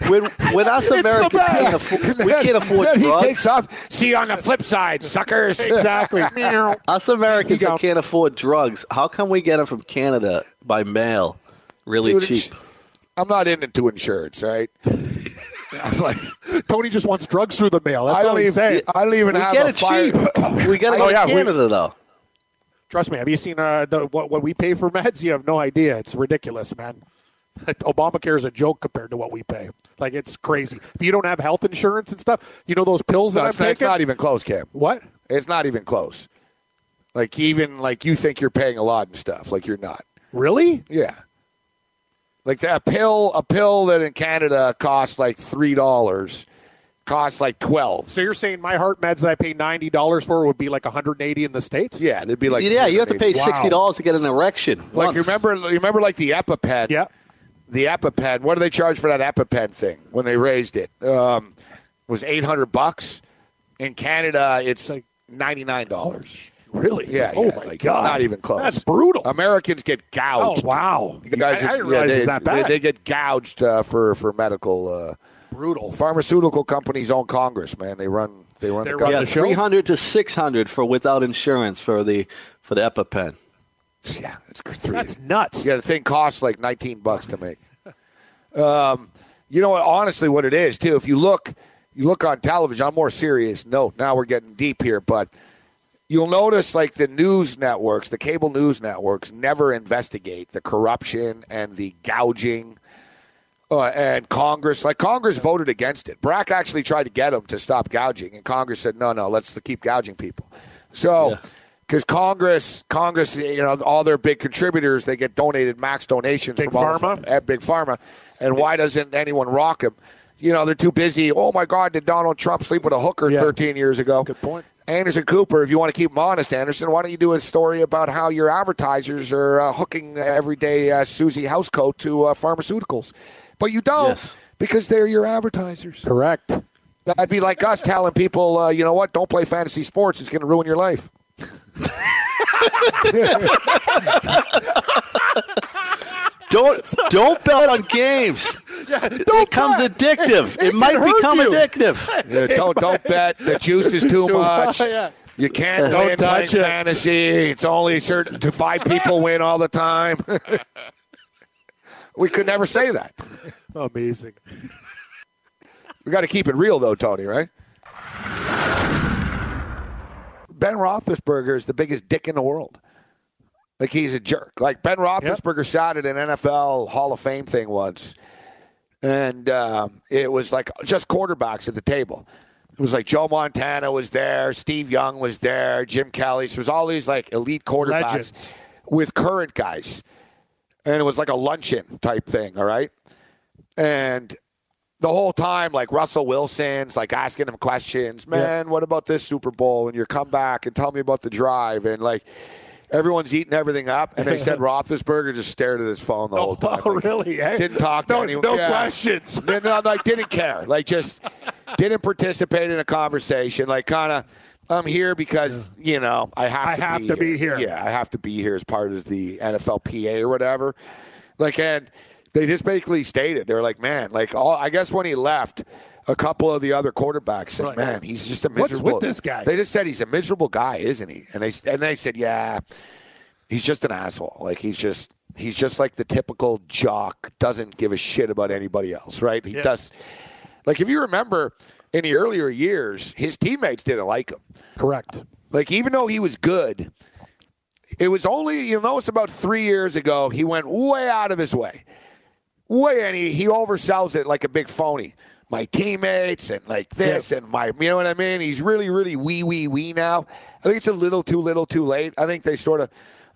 Speaker 5: When, when
Speaker 2: [laughs]
Speaker 5: us Americans can't afford, we can't afford
Speaker 2: Then he
Speaker 5: drugs.
Speaker 2: takes off. See you on the flip side, suckers. [laughs]
Speaker 3: exactly.
Speaker 5: us Americans
Speaker 3: You go.
Speaker 5: that can't afford drugs, how come we get them from Canada by mail really
Speaker 2: Dude, it's-
Speaker 5: cheap?
Speaker 2: I'm not into insurance, right? I'm like,
Speaker 3: Tony just wants drugs through the mail. That's
Speaker 2: I
Speaker 3: all
Speaker 2: don't
Speaker 3: he's
Speaker 2: even.
Speaker 3: saying.
Speaker 2: I don't even
Speaker 5: We
Speaker 2: have
Speaker 5: get
Speaker 2: a
Speaker 5: it
Speaker 2: fire.
Speaker 5: cheap. [coughs]
Speaker 2: [coughs]
Speaker 5: we got it
Speaker 3: Oh,
Speaker 5: from
Speaker 3: yeah, we-
Speaker 5: Canada, though.
Speaker 3: Trust me. Have you seen uh, the, what, what we pay for meds? You have no idea. It's ridiculous, man. [laughs] Obamacare is a joke compared to what we pay. Like it's crazy. If you don't have health insurance and stuff, you know those pills that
Speaker 2: No,
Speaker 3: I'm
Speaker 2: it's, not, it's
Speaker 3: taking.
Speaker 2: not e- even close, Cam.
Speaker 3: what?
Speaker 2: It's not even close. Like even like you think you're paying a lot and stuff, like you're not.
Speaker 3: Really?
Speaker 2: Yeah. Like a pill, a pill that in Canada costs like three dollars, costs like twelve.
Speaker 3: So you're saying my heart meds that I pay ninety dollars for would be like 180 in the states?
Speaker 2: Yeah, it'd be like
Speaker 5: yeah, you have to pay
Speaker 2: $380.
Speaker 5: sixty dollars to get an erection.
Speaker 2: Like
Speaker 5: once.
Speaker 2: you remember, you remember like the EpiPen.
Speaker 3: Yeah.
Speaker 2: The EpiPen. What do they charge for that EpiPen thing when they raised it? Um, it was eight hundred bucks. In Canada, it's
Speaker 3: like-
Speaker 2: ninety nine dollars.
Speaker 3: Really?
Speaker 2: Yeah.
Speaker 3: Oh
Speaker 2: yeah,
Speaker 3: my
Speaker 2: like, it's
Speaker 3: god.
Speaker 2: not even close.
Speaker 3: That's brutal.
Speaker 2: Americans get
Speaker 3: oh
Speaker 2: gouged.
Speaker 3: wow.
Speaker 2: You guys,
Speaker 3: I, I
Speaker 2: yeah,
Speaker 3: didn't realize
Speaker 2: they,
Speaker 3: it was that
Speaker 2: they-
Speaker 3: bad.
Speaker 2: They, get gouged uh, for for medical. Uh,
Speaker 3: brutal.
Speaker 2: pharmaceutical companies own Congress, man. They run. They run.
Speaker 3: They
Speaker 2: the
Speaker 3: run
Speaker 2: government.
Speaker 5: yeah,
Speaker 3: the show?
Speaker 5: three hundred to six hundred for without insurance for the for the EpiPen.
Speaker 2: Yeah, it's three.
Speaker 3: That's nuts.
Speaker 2: Yeah, the thing costs like 19 bucks to make. Um, you know what? Honestly, what it is too. If you look, you look on television. I'm more serious. No, now we're getting deep here, but you'll notice like the news networks, the cable news networks, never investigate the corruption and the gouging. Uh, and Congress, like Congress, voted against it. Brack actually tried to get them to stop gouging, and Congress said, "No, no, let's keep gouging people." So, because Congress, Congress, you know, all their big contributors, they get donated max donations
Speaker 3: Big
Speaker 2: from all the-
Speaker 3: pharma?
Speaker 2: at Big Pharma, and why doesn't anyone rock them? You know, they're too busy. Oh my God, did Donald Trump sleep with a hooker
Speaker 3: Yeah.
Speaker 2: 13 years ago?
Speaker 3: Good point.
Speaker 2: Anderson Cooper, if you want to keep him honest, Anderson, why don't you do a story about how your advertisers are uh, hooking everyday uh, Susie Housecoat to uh, pharmaceuticals? But you don't
Speaker 5: Yes.
Speaker 2: because they're your advertisers.
Speaker 3: Correct.
Speaker 2: That'd be like us telling people, uh, you know what, don't play fantasy sports. It's going to ruin your life.
Speaker 5: Don't don't bet on
Speaker 2: [laughs]
Speaker 5: games. it becomes addictive. It, might
Speaker 3: hurt
Speaker 5: become
Speaker 2: [laughs]
Speaker 3: you.
Speaker 5: addictive.
Speaker 3: [laughs]
Speaker 2: Yeah, don't don't bet. The juice is too much.
Speaker 3: yeah.
Speaker 2: You can't
Speaker 3: Don't
Speaker 2: win
Speaker 3: touch
Speaker 2: playing
Speaker 3: it.
Speaker 2: fantasy. It's only certain to five
Speaker 3: [laughs]
Speaker 2: people win all the time. we could never say that.
Speaker 3: Amazing.
Speaker 2: We got to keep it real, though, Tony. Right? Ben Roethlisberger is the biggest dick in the world. Like he's a jerk. Like Ben Roethlisberger shot at an NFL Hall of Fame thing once, and um, it was like just quarterbacks at the table. It was like Joe Montana was there, Steve Young was there, Jim Kelly. So it was all these like elite quarterbacks
Speaker 3: Legends.
Speaker 2: with current guys, and it was like a luncheon type thing. All right, and the whole time, like Russell Wilson's like asking him questions, man, what about this Super Bowl and your comeback and tell me about the drive and like everyone's eating everything up and they said Roethlisberger just stared at his phone the whole time.
Speaker 3: [laughs] Oh,
Speaker 2: like,
Speaker 3: really? eh?
Speaker 2: Didn't talk to
Speaker 3: No,
Speaker 2: anyone.
Speaker 3: no
Speaker 2: Yeah.
Speaker 3: questions.
Speaker 2: No, no, like didn't care. Like just didn't participate in a conversation. Like kind of, I'm here because you know I have.
Speaker 3: I
Speaker 2: to
Speaker 3: have
Speaker 2: be
Speaker 3: to
Speaker 2: here.
Speaker 3: be here.
Speaker 2: Yeah, I have to be here as part of the NFLPA or whatever. Like and they just basically stated they're like, man, like all. I guess when he left. A couple of the other quarterbacks said,
Speaker 3: Right.
Speaker 2: "Man, he's just a
Speaker 3: What's
Speaker 2: miserable."
Speaker 3: with this guy?
Speaker 2: They just said he's a miserable guy, isn't he? And they and they said, "Yeah, he's just an asshole. Like he's just he's just like the typical jock, doesn't give a shit about anybody else, right? He does like if you remember in the earlier years, his teammates didn't like him.
Speaker 3: Correct.
Speaker 2: Like even though he was good, it was only you know it's about three years ago he went way out of his way, way and he, he oversells it like a big phony. My teammates and like this and my you know what I mean. He's really really wee wee wee now. I think it's a little too little too late. I think they sort of.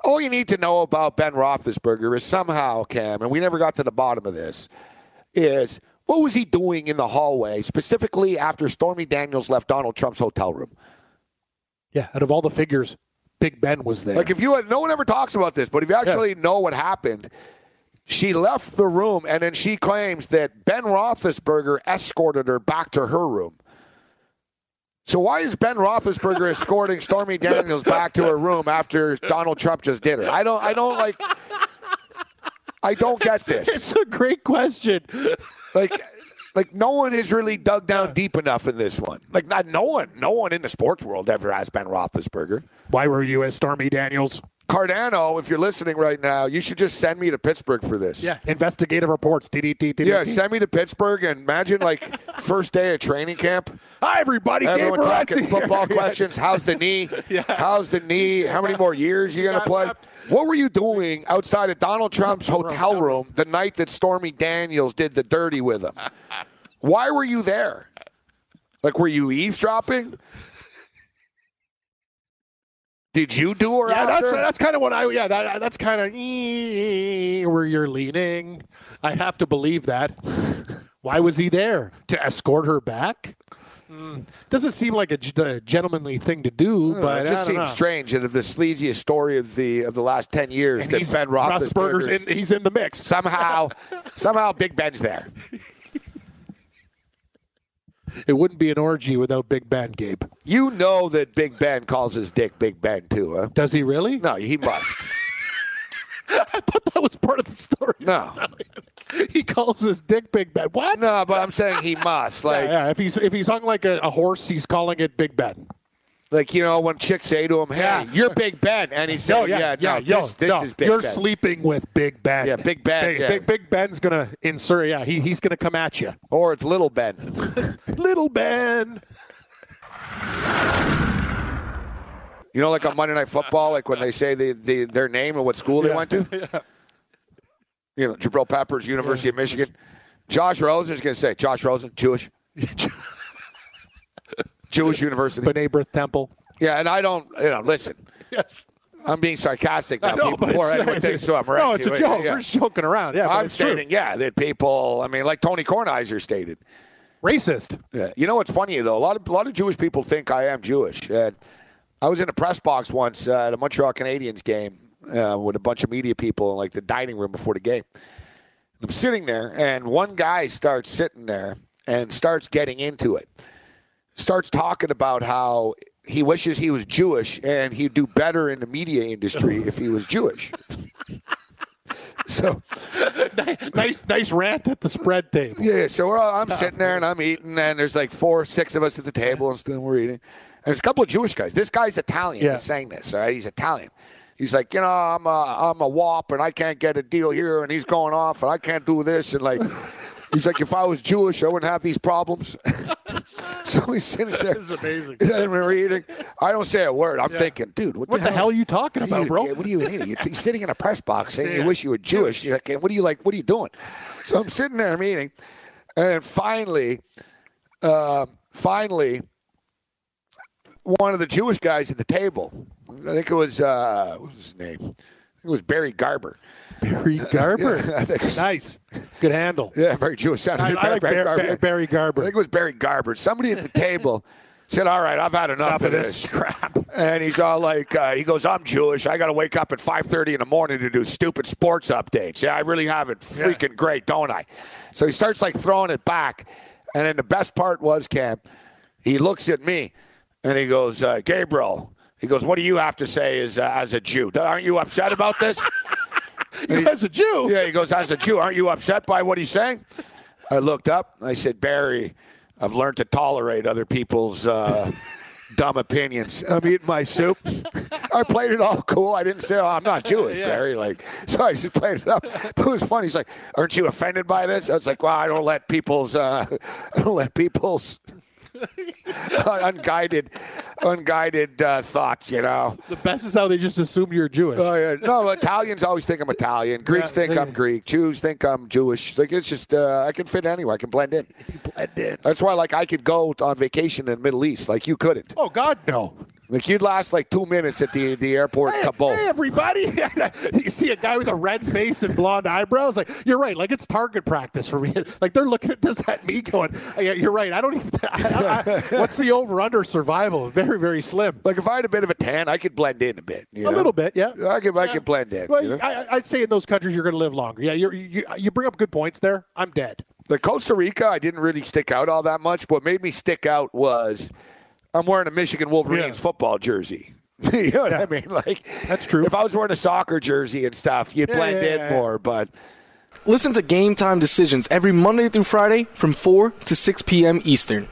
Speaker 2: All you need to know about Ben Roethlisberger is somehow Cam, and we never got to the bottom of this is what was he doing in the hallway, specifically after Stormy Daniels left Donald Trump's hotel room?
Speaker 3: Yeah. Out of all the figures, Big Ben was there.
Speaker 2: Like, if you had, no one ever talks about this, but if you actually know what happened, she left the room and then she claims that Ben Roethlisberger escorted her back to her room. So why is Ben Roethlisberger escorting Stormy Daniels back to her room after Donald Trump just did her? I don't, I don't like, I don't get this.
Speaker 3: a great question.
Speaker 2: Like, Like no one has really dug down deep enough in this one. Like not no one, no one in the sports world ever has Ben Roethlisberger.
Speaker 3: Why were you at Stormy Daniels?
Speaker 2: Cardano, if you're listening right now, you should just send me to Pittsburgh for this.
Speaker 3: Investigative reports. DDT. DDT.
Speaker 2: Yeah, send me to Pittsburgh and imagine like [laughs] first day of training camp.
Speaker 3: Hi, everybody.
Speaker 2: Everyone
Speaker 3: Gabe
Speaker 2: talking
Speaker 3: [laughs] Morency here.
Speaker 2: football questions. How's the
Speaker 3: [laughs]
Speaker 2: knee? How's the knee? How many more years you gonna
Speaker 3: Got
Speaker 2: play?
Speaker 3: left.
Speaker 2: What were you doing outside of Donald Trump's hotel room the night that Stormy Daniels did the dirty with him? Why were you there? Like, were you eavesdropping? Did you do or
Speaker 3: Yeah, that's
Speaker 2: after?
Speaker 3: that's kind of what I yeah that that's kind of where you're leaning. I have to believe that. Why was he there to escort her back? Mm, Doesn't seem like a, g- a gentlemanly thing to do, but
Speaker 2: Hmm. Uh, it
Speaker 3: I
Speaker 2: just
Speaker 3: don't
Speaker 2: seems
Speaker 3: know.
Speaker 2: strange out of the sleaziest story of the of the last ten years
Speaker 3: And
Speaker 2: that
Speaker 3: he's-
Speaker 2: Ben
Speaker 3: Roethlisberger's
Speaker 2: Roethlisberger's
Speaker 3: in, he's in the mix. [laughs]
Speaker 2: somehow somehow Big Ben's there.
Speaker 3: It wouldn't be an orgy without Big Ben, Gabe.
Speaker 2: You know that Big Ben calls his dick Big Ben too, huh?
Speaker 3: Does he really?
Speaker 2: No,
Speaker 3: [laughs]
Speaker 2: he must.
Speaker 3: that was part of the story.
Speaker 2: No.
Speaker 3: [laughs] he calls his dick Big Ben. What?
Speaker 2: no, but I'm saying he must. Like
Speaker 3: yeah, yeah, if he's if he's hung like a, a horse, he's calling it Big Ben.
Speaker 2: Oh, like you know when chicks say to him, "Hey,
Speaker 3: Yeah.
Speaker 2: you're Big Ben," and he says,
Speaker 3: No,
Speaker 2: yeah, no,
Speaker 3: yo,
Speaker 2: this, this
Speaker 3: no,
Speaker 2: is Big
Speaker 3: You're
Speaker 2: Ben."
Speaker 3: sleeping with Big Ben.
Speaker 2: Yeah, Big Ben,
Speaker 3: Big,
Speaker 2: yeah.
Speaker 3: Big, Big Ben's gonna insert. Yeah, he, he's gonna come at you,
Speaker 2: or it's Little Ben.
Speaker 3: little Ben.
Speaker 2: You know, like on Monday Night Football, like when they say the, the their name and what school they
Speaker 3: [laughs]
Speaker 2: went to. You know, Jabril Peppers, University of Michigan. Josh Rosen is going to say Josh Rosen,
Speaker 3: [laughs]
Speaker 2: Jewish, Jewish University.
Speaker 3: B'nai B'rith Temple.
Speaker 2: yeah, and I don't, you know, listen.
Speaker 3: Yes.
Speaker 2: I'm being sarcastic now.
Speaker 3: No,
Speaker 2: people,
Speaker 3: but
Speaker 2: before
Speaker 3: it's, [laughs]
Speaker 2: anyone takes to I'm
Speaker 3: no, it's a joke. We're just joking around. Yeah, but
Speaker 2: I'm
Speaker 3: it's true.
Speaker 2: stating, yeah, that people. I mean, like Tony Kornheiser stated. [laughs]
Speaker 3: Racist.
Speaker 2: Yeah. You know what's funny though? A lot of a lot of Jewish people think I am Jewish. And I was in a press box once uh, at a Montreal Canadiens game uh, with a bunch of media people in like the dining room before the game. And I'm sitting there, and one guy starts sitting there and starts getting into it. Starts talking about how he wishes he was Jewish and he'd do better in the media industry if he was Jewish. [laughs] so
Speaker 3: nice, nice rant at the spread table.
Speaker 2: yeah, so we're all, I'm sitting there and I'm eating, and there's like four, six of us at the table, and still we're eating. And there's a couple of Jewish guys. This guy's Italian.
Speaker 3: Yeah.
Speaker 2: He's saying this, all right? He's Italian. He's like, you know, I'm a, I'm a wop, and I can't get a deal here, and he's going off, and I can't do this, and
Speaker 3: [laughs]
Speaker 2: like, he's like, if I was Jewish, I wouldn't have these problems. [laughs] so he's sitting there. [laughs] [laughs] This is amazing.
Speaker 3: [laughs]
Speaker 2: And we're eating. I don't say a word. I'm thinking, dude, what,
Speaker 3: What the hell are you talking about,
Speaker 2: you-
Speaker 3: bro?
Speaker 2: yeah, what are you an idiot? You're t- sitting in a press box saying you wish you were Jewish. You're like, what are you like? What are you doing? So I'm sitting there, I'm eating, and finally, um, finally, one of the Jewish guys at the table. I think it was uh, what was his name? I think it was Barry Garber.
Speaker 3: Barry
Speaker 2: [laughs]
Speaker 3: Garber.
Speaker 2: I think it's-
Speaker 3: nice. Good handle.
Speaker 2: Yeah, very Jewish sounding.
Speaker 3: I, I like Bar- Bar- Barry,
Speaker 2: I think
Speaker 3: Garber.
Speaker 2: it was Barry Garber. Somebody at the
Speaker 3: [laughs]
Speaker 2: table said, "All right, I've had enough,
Speaker 3: Enough of this crap."
Speaker 2: And he's all like, uh, "He goes, I'm Jewish. I got to wake up at 5:30 in the morning to do stupid sports updates. Yeah, I really have it freaking great, don't I?" So he starts like throwing it back, and then the best part was Cam. He looks at me, and he goes, uh, "Gabriel." He goes, "What do you have to say as uh, as a Jew? Aren't you upset about this?"
Speaker 3: You as a Jew.
Speaker 2: Yeah, he goes, as a Jew, aren't you upset by what he's saying? I looked up. I said, Barry, I've learned to tolerate other people's
Speaker 3: [laughs]
Speaker 2: uh, dumb opinions. I'm eating my soup. [laughs] I played it all cool. I didn't say, oh, I'm not Jewish, Barry. Like, [laughs] so I just played it up. But it was funny. He's like, aren't you offended by this? I was like, well, I don't let people's, uh, [laughs] I don't let people's
Speaker 3: [laughs]
Speaker 2: [laughs] unguided, unguided uh, thoughts, you know.
Speaker 3: The best is how they just assume you're Jewish.
Speaker 2: Oh yeah, no. Italians always think I'm Italian. Greeks
Speaker 3: Yeah,
Speaker 2: think
Speaker 3: they-
Speaker 2: I'm Greek. Jews think I'm Jewish. Like it's just uh, I can fit anywhere. I can blend
Speaker 3: [laughs]
Speaker 2: in. blend in. That's why like I could go on vacation in the Middle East. Like you couldn't.
Speaker 3: oh God, no.
Speaker 2: Like you'd last like two minutes at the the airport in
Speaker 3: Hey,
Speaker 2: Kabul.
Speaker 3: hey, everybody! [laughs] you see a guy with a red face and blonde eyebrows. Like you're right. Like it's target practice for me. [laughs] Like they're looking at this at me, going, "Oh, yeah, "You're right. I don't even. [laughs] I, I, I- what's the over under survival? Very very slim.
Speaker 2: Like if I had a bit of a tan, I could blend in a bit. you
Speaker 3: A
Speaker 2: know?
Speaker 3: little bit, yeah.
Speaker 2: I could I could blend in.
Speaker 3: Well,
Speaker 2: you know?
Speaker 3: I, I- I'd say in those countries you're going to live longer. Yeah, you're, you you bring up good points there. I'm dead.
Speaker 2: the Costa Rica, I didn't really stick out all that much. What made me stick out was I'm wearing a Michigan Wolverines
Speaker 3: Yeah.
Speaker 2: football jersey. [laughs] you know what I mean? Like
Speaker 3: That's true.
Speaker 2: If I was wearing a soccer jersey and stuff, you'd
Speaker 3: Yeah,
Speaker 2: blend
Speaker 3: yeah,
Speaker 2: in
Speaker 3: yeah, yeah.
Speaker 2: more. But
Speaker 1: Listen to Game Time Decisions every Monday through Friday from 4 to 6 p.m. Eastern.